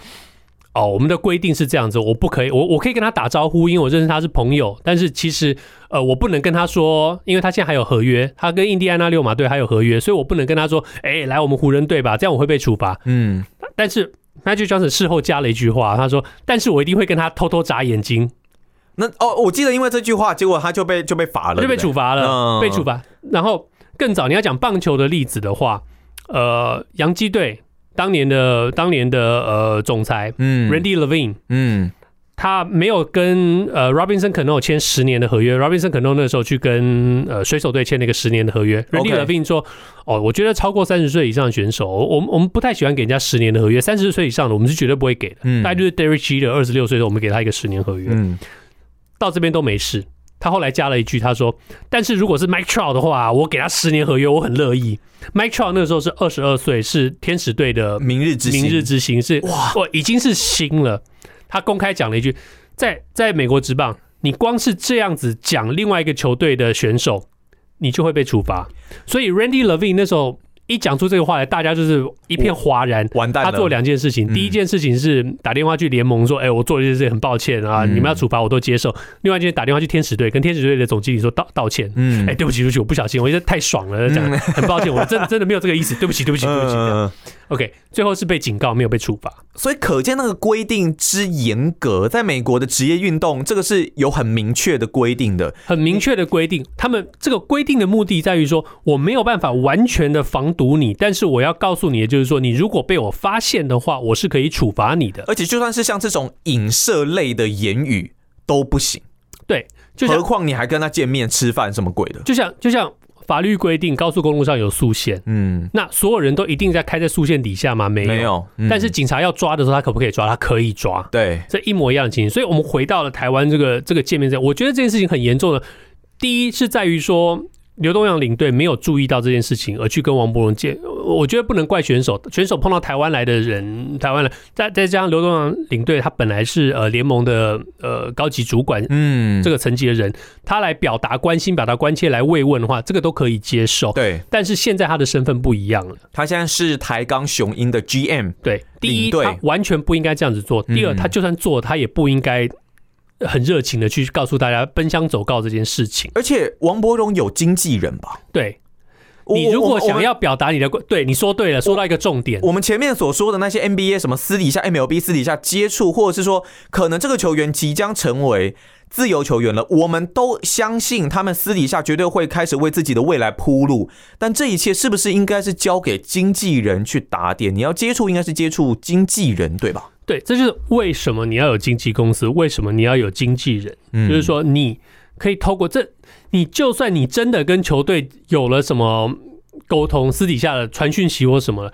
[SPEAKER 1] 哦，我们的规定是这样子，我不可以，我我可以跟他打招呼，因为我认识他是朋友，但是其实呃，我不能跟他说，因为他现在还有合约，他跟印第安纳六马队还有合约，所以我不能跟他说，哎、来我们湖人队吧，这样我会被处罚。
[SPEAKER 2] 嗯，
[SPEAKER 1] 但是 Magic Johnson 事后加了一句话，他说：“但是我一定会跟他偷偷眨眼睛，
[SPEAKER 2] 那哦，我记得因为这句话，结果他就被就被罚了，
[SPEAKER 1] 就被
[SPEAKER 2] 对不对
[SPEAKER 1] 处罚了，
[SPEAKER 2] 嗯
[SPEAKER 1] 被处罚。”然后更早，你要讲棒球的例子的话，呃，洋基队当年的当年的呃总裁
[SPEAKER 2] 嗯
[SPEAKER 1] Randy Levine，
[SPEAKER 2] 嗯
[SPEAKER 1] 他没有跟呃 Robinson Cano 签十年的合约，Robinson Cano 那时候去跟呃水手队签了一个十年的合约。Randy
[SPEAKER 2] OK
[SPEAKER 1] Levine 说：“哦，我觉得超过三十岁以上的选手，我我们我们不太喜欢给人家十年的合约，三十岁以上的我们是绝对不会给的。
[SPEAKER 2] 嗯
[SPEAKER 1] 大概就是 Derek Jeter 二十六岁的时候，我们给他一个十年合约，
[SPEAKER 2] 嗯，
[SPEAKER 1] 到这边都没事。他后来加了一句，他说：“但是如果是 Mike Trout 的话，我给他十年合约，我很乐意。”Mike Trout 那个时候是二十二岁，是天使队的
[SPEAKER 2] 明日之星
[SPEAKER 1] 明日之星是哇，已经是星了。他公开讲了一句，在在美国职棒，你光是这样子讲另外一个球队的选手，你就会被处罚。所以 Randy Levine 那时候一讲出这个话来，大家就是一片哗然。
[SPEAKER 2] 完蛋了。
[SPEAKER 1] 他做两件事情，
[SPEAKER 2] 嗯
[SPEAKER 1] 第一件事情是打电话去联盟说：“哎、我做这件事情很抱歉啊，
[SPEAKER 2] 嗯
[SPEAKER 1] 你们要处罚我都接受。”另外一件事打电话去天使队，跟天使队的总经理说道道歉。
[SPEAKER 2] 嗯，
[SPEAKER 1] 哎、对不起，对不起，我不小心，我觉得太爽了，讲很抱 歉，我真的真的没有这个意思，对不起，对不起，对不起。这样
[SPEAKER 2] 嗯
[SPEAKER 1] OK，最后是被警告，没有被处罚。
[SPEAKER 2] 所以可见那个规定之严格，在美国的职业运动，这个是有很明确的规定的。
[SPEAKER 1] 很明确的规定，他们这个规定的目的在于说，我没有办法完全的防堵你，但是我要告诉你的就是说，你如果被我发现的话，我是可以处罚你的。
[SPEAKER 2] 而且就算是像这种影射类的言语都不行，
[SPEAKER 1] 对，就
[SPEAKER 2] 何
[SPEAKER 1] 像
[SPEAKER 2] 况你还跟他见面吃饭什么鬼的？
[SPEAKER 1] 就像就像法律规定，高速公路上有速限，
[SPEAKER 2] 嗯，
[SPEAKER 1] 那所有人都一定在开在速限底下吗？没有。
[SPEAKER 2] 没有。嗯
[SPEAKER 1] 但是警察要抓的时候，他可不可以抓？他可以抓。
[SPEAKER 2] 对，
[SPEAKER 1] 这一模一样的情形。所以我们回到了台湾这个这个界面上，我觉得这件事情很严重的。第一是在于说。刘东阳领队没有注意到这件事情，而去跟王伯荣见，我觉得不能怪选手，选手碰到台湾来的人，台湾来，再再加上刘东阳领队，他本来是呃联盟的呃高级主管
[SPEAKER 2] 嗯，
[SPEAKER 1] 这
[SPEAKER 2] 个
[SPEAKER 1] 个层级的人，他来表达关心、表达关切、来慰问的话，这个都可以接受。
[SPEAKER 2] 对
[SPEAKER 1] 但是现在他的身份不一样了。
[SPEAKER 2] 他现在是台钢雄鹰的 GM，
[SPEAKER 1] 对，第一，
[SPEAKER 2] 领队
[SPEAKER 1] 他完全不应该这样子做；第二，
[SPEAKER 2] 嗯
[SPEAKER 1] 他就算做，他也不应该很热情的去告诉大家奔相走告这件事情。
[SPEAKER 2] 而且王伯荣有经纪人吧？
[SPEAKER 1] 对
[SPEAKER 2] 我
[SPEAKER 1] 你如
[SPEAKER 2] 我
[SPEAKER 1] 果
[SPEAKER 2] 我
[SPEAKER 1] 想要表达你的观，对你说对了，说到一个重点，
[SPEAKER 2] 我们前面所说的那些 NBA 什么私底下 MLB 私底下接触，或者是说可能这个球员即将成为自由球员了，我们都相信他们私底下绝对会开始为自己的未来铺路。但这一切是不是应该是交给经纪人去打点？你要接触，应该是接触经纪人，对吧？
[SPEAKER 1] 对，这就是为什么你要有经纪公司，为什么你要有经纪人，
[SPEAKER 2] 嗯
[SPEAKER 1] 就是说你可以透过这，你就算你真的跟球队有了什么沟通，私底下的传讯息或什么，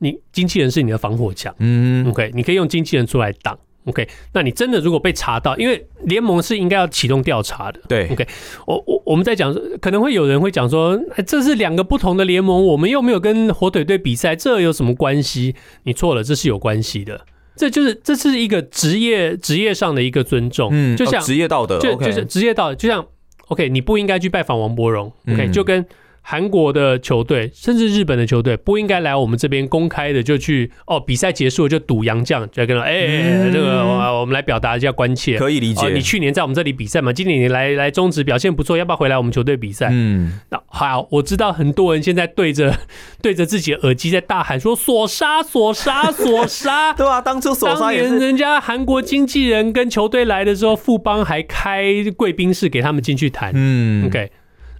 [SPEAKER 1] 你经纪人是你的防火墙。
[SPEAKER 2] 嗯，
[SPEAKER 1] OK，你可以用经纪人出来挡。OK，那你真的如果被查到，因为联盟是应该要启动调查的。
[SPEAKER 2] 对
[SPEAKER 1] OK，我我我们在讲，可能会有人会讲说，哎这是两个不同的联盟，我们又没有跟火腿队比赛，这有什么关系？你错了，这是有关系的。这就是这是一个职业职业上的一个尊重，
[SPEAKER 2] 嗯，
[SPEAKER 1] 就像、
[SPEAKER 2] 哦职业道德
[SPEAKER 1] 就
[SPEAKER 2] ，OK，
[SPEAKER 1] 就是职业道理，就像 OK，你不应该去拜访王伯荣，OK，、
[SPEAKER 2] 嗯
[SPEAKER 1] 就跟韩国的球队，甚至日本的球队，不应该来我们这边公开的就去哦，比赛结束了就赌洋将，就来跟他哎、哎哎这个我我们来表达一下关切。
[SPEAKER 2] 嗯可以理解。
[SPEAKER 1] 哦，你去年在我们这里比赛嘛，今年你来来中职表现不错，要不要回来我们球队比赛？
[SPEAKER 2] 嗯，
[SPEAKER 1] 那好，我知道很多人现在对着 对着自己的耳机在大喊说索杀索杀索杀，
[SPEAKER 2] 对啊，当初手
[SPEAKER 1] 当
[SPEAKER 2] 杀也
[SPEAKER 1] 年
[SPEAKER 2] 是，
[SPEAKER 1] 人家韩国经纪人跟球队来的时候，富邦还开贵宾室给他们进去谈。
[SPEAKER 2] 嗯
[SPEAKER 1] OK，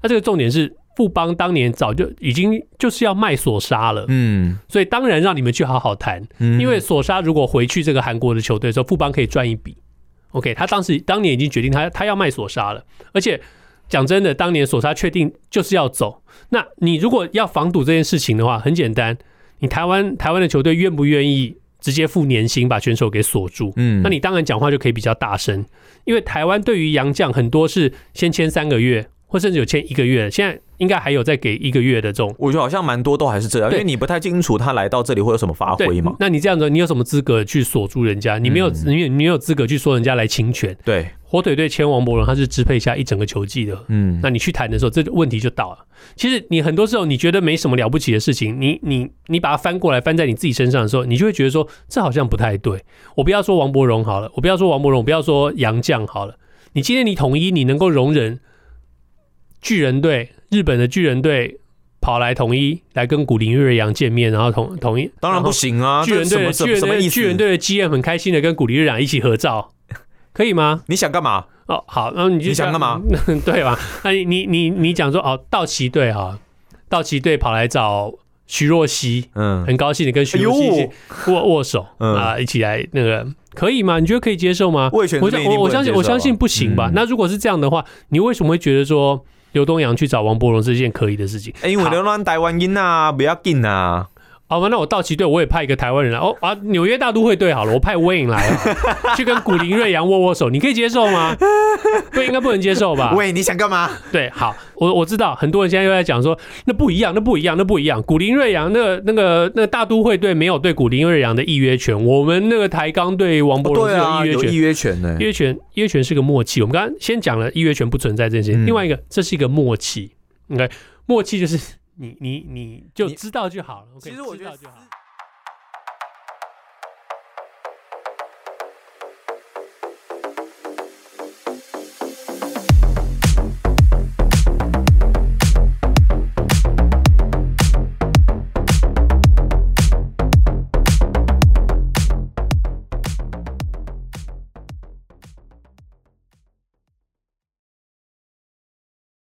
[SPEAKER 1] 那这个重点是富邦当年早就已经就是要卖索杀了，
[SPEAKER 2] 嗯，
[SPEAKER 1] 所以当然让你们去好好谈，
[SPEAKER 2] 嗯
[SPEAKER 1] 因为索杀如果回去这个韩国的球队的时候，富邦可以赚一笔。OK，他当时当年已经决定他他要卖索杀了，而且讲真的，当年索杀确定就是要走。那你如果要防堵这件事情的话，很简单，你台湾台湾的球队愿不愿意直接付年薪把选手给锁住？
[SPEAKER 2] 嗯
[SPEAKER 1] 那你当然讲话就可以比较大声，因为台湾对于洋将很多是先签三个月，或甚至有签一个月的，现在应该还有再给一个月的这种。
[SPEAKER 2] 我觉得好像蛮多都还是这样，因
[SPEAKER 1] 对
[SPEAKER 2] 为你不太清楚他来到这里会有什么发挥
[SPEAKER 1] 对
[SPEAKER 2] 啊嘛，。嗯
[SPEAKER 1] 那你这样子，你有什么资格去锁住人家？你没有，你你没有资格去说人家来侵权。
[SPEAKER 2] 对，
[SPEAKER 1] 火腿队签王伯伦，他是支配下一整个球季的。
[SPEAKER 2] 嗯，
[SPEAKER 1] 那你去谈的时候，这问题就到了。其实你很多时候你觉得没什么了不起的事情，你你你把它翻过来翻在你自己身上的时候，你就会觉得说这好像不太对。我不要说王伯荣好了，我不要说王伯荣，我不要说杨绛好了。你今天你统一，你能够容忍巨人队日本的巨人队跑来统一来跟古林瑞阳见面，然后统统一
[SPEAKER 2] 当然不行啊！
[SPEAKER 1] 巨人
[SPEAKER 2] 这
[SPEAKER 1] 队的
[SPEAKER 2] 什
[SPEAKER 1] 巨
[SPEAKER 2] 么
[SPEAKER 1] 人
[SPEAKER 2] 什么
[SPEAKER 1] 队
[SPEAKER 2] 意
[SPEAKER 1] 的
[SPEAKER 2] 思？
[SPEAKER 1] 巨人队的 GM 很开心的跟古力日朗一起合照，可以吗？
[SPEAKER 2] 你想干嘛？
[SPEAKER 1] 哦，好，然后你就
[SPEAKER 2] 你想干嘛？
[SPEAKER 1] 对吧？那你你你你讲说哦，道奇队哈，道奇队跑来找徐若曦，
[SPEAKER 2] 嗯，
[SPEAKER 1] 很高兴的跟徐若曦一起握握手
[SPEAKER 2] 哎嗯
[SPEAKER 1] 啊，一起来那个可以吗？你觉得可以接受吗？
[SPEAKER 2] 魏权
[SPEAKER 1] 我
[SPEAKER 2] 这
[SPEAKER 1] 相
[SPEAKER 2] 边一定
[SPEAKER 1] 我我
[SPEAKER 2] 不能
[SPEAKER 1] 相信
[SPEAKER 2] 接
[SPEAKER 1] 我
[SPEAKER 2] 受
[SPEAKER 1] 相信
[SPEAKER 2] 吧
[SPEAKER 1] 不行吧？
[SPEAKER 2] 嗯
[SPEAKER 1] 那如果是这样的话，你为什么会觉得说刘东阳去找王伯荣是一件可以的事情？
[SPEAKER 2] 哎因为
[SPEAKER 1] 好
[SPEAKER 2] 流浪台湾音啊，不要紧啊，
[SPEAKER 1] 好吧，那我道奇队我也派一个台湾人来哦啊，纽约大都会队好了，我派 Wayne 来 啊去跟古林瑞阳握握手，你可以接受吗？对，应该不能接受吧？
[SPEAKER 2] 喂，你想干嘛？
[SPEAKER 1] 对，好，我我知道很多人现在又在讲说那不一样，那不一样，那不一样。古林瑞阳那个那个那个大都会队没有对古林瑞阳的预约权，我们那个台钢对王柏荣
[SPEAKER 2] 对
[SPEAKER 1] 是
[SPEAKER 2] 啊，
[SPEAKER 1] 有
[SPEAKER 2] 有
[SPEAKER 1] 预约权。
[SPEAKER 2] 预约权呢
[SPEAKER 1] 预。约权，预约权是个默契。我们刚刚先讲了预约权不存在这件事情，
[SPEAKER 2] 嗯
[SPEAKER 1] 另外一个这是一个默契。OK，默契就是你你你就
[SPEAKER 2] 你
[SPEAKER 1] 知道就好了。OK，
[SPEAKER 2] 其实我觉得
[SPEAKER 1] 知道就好。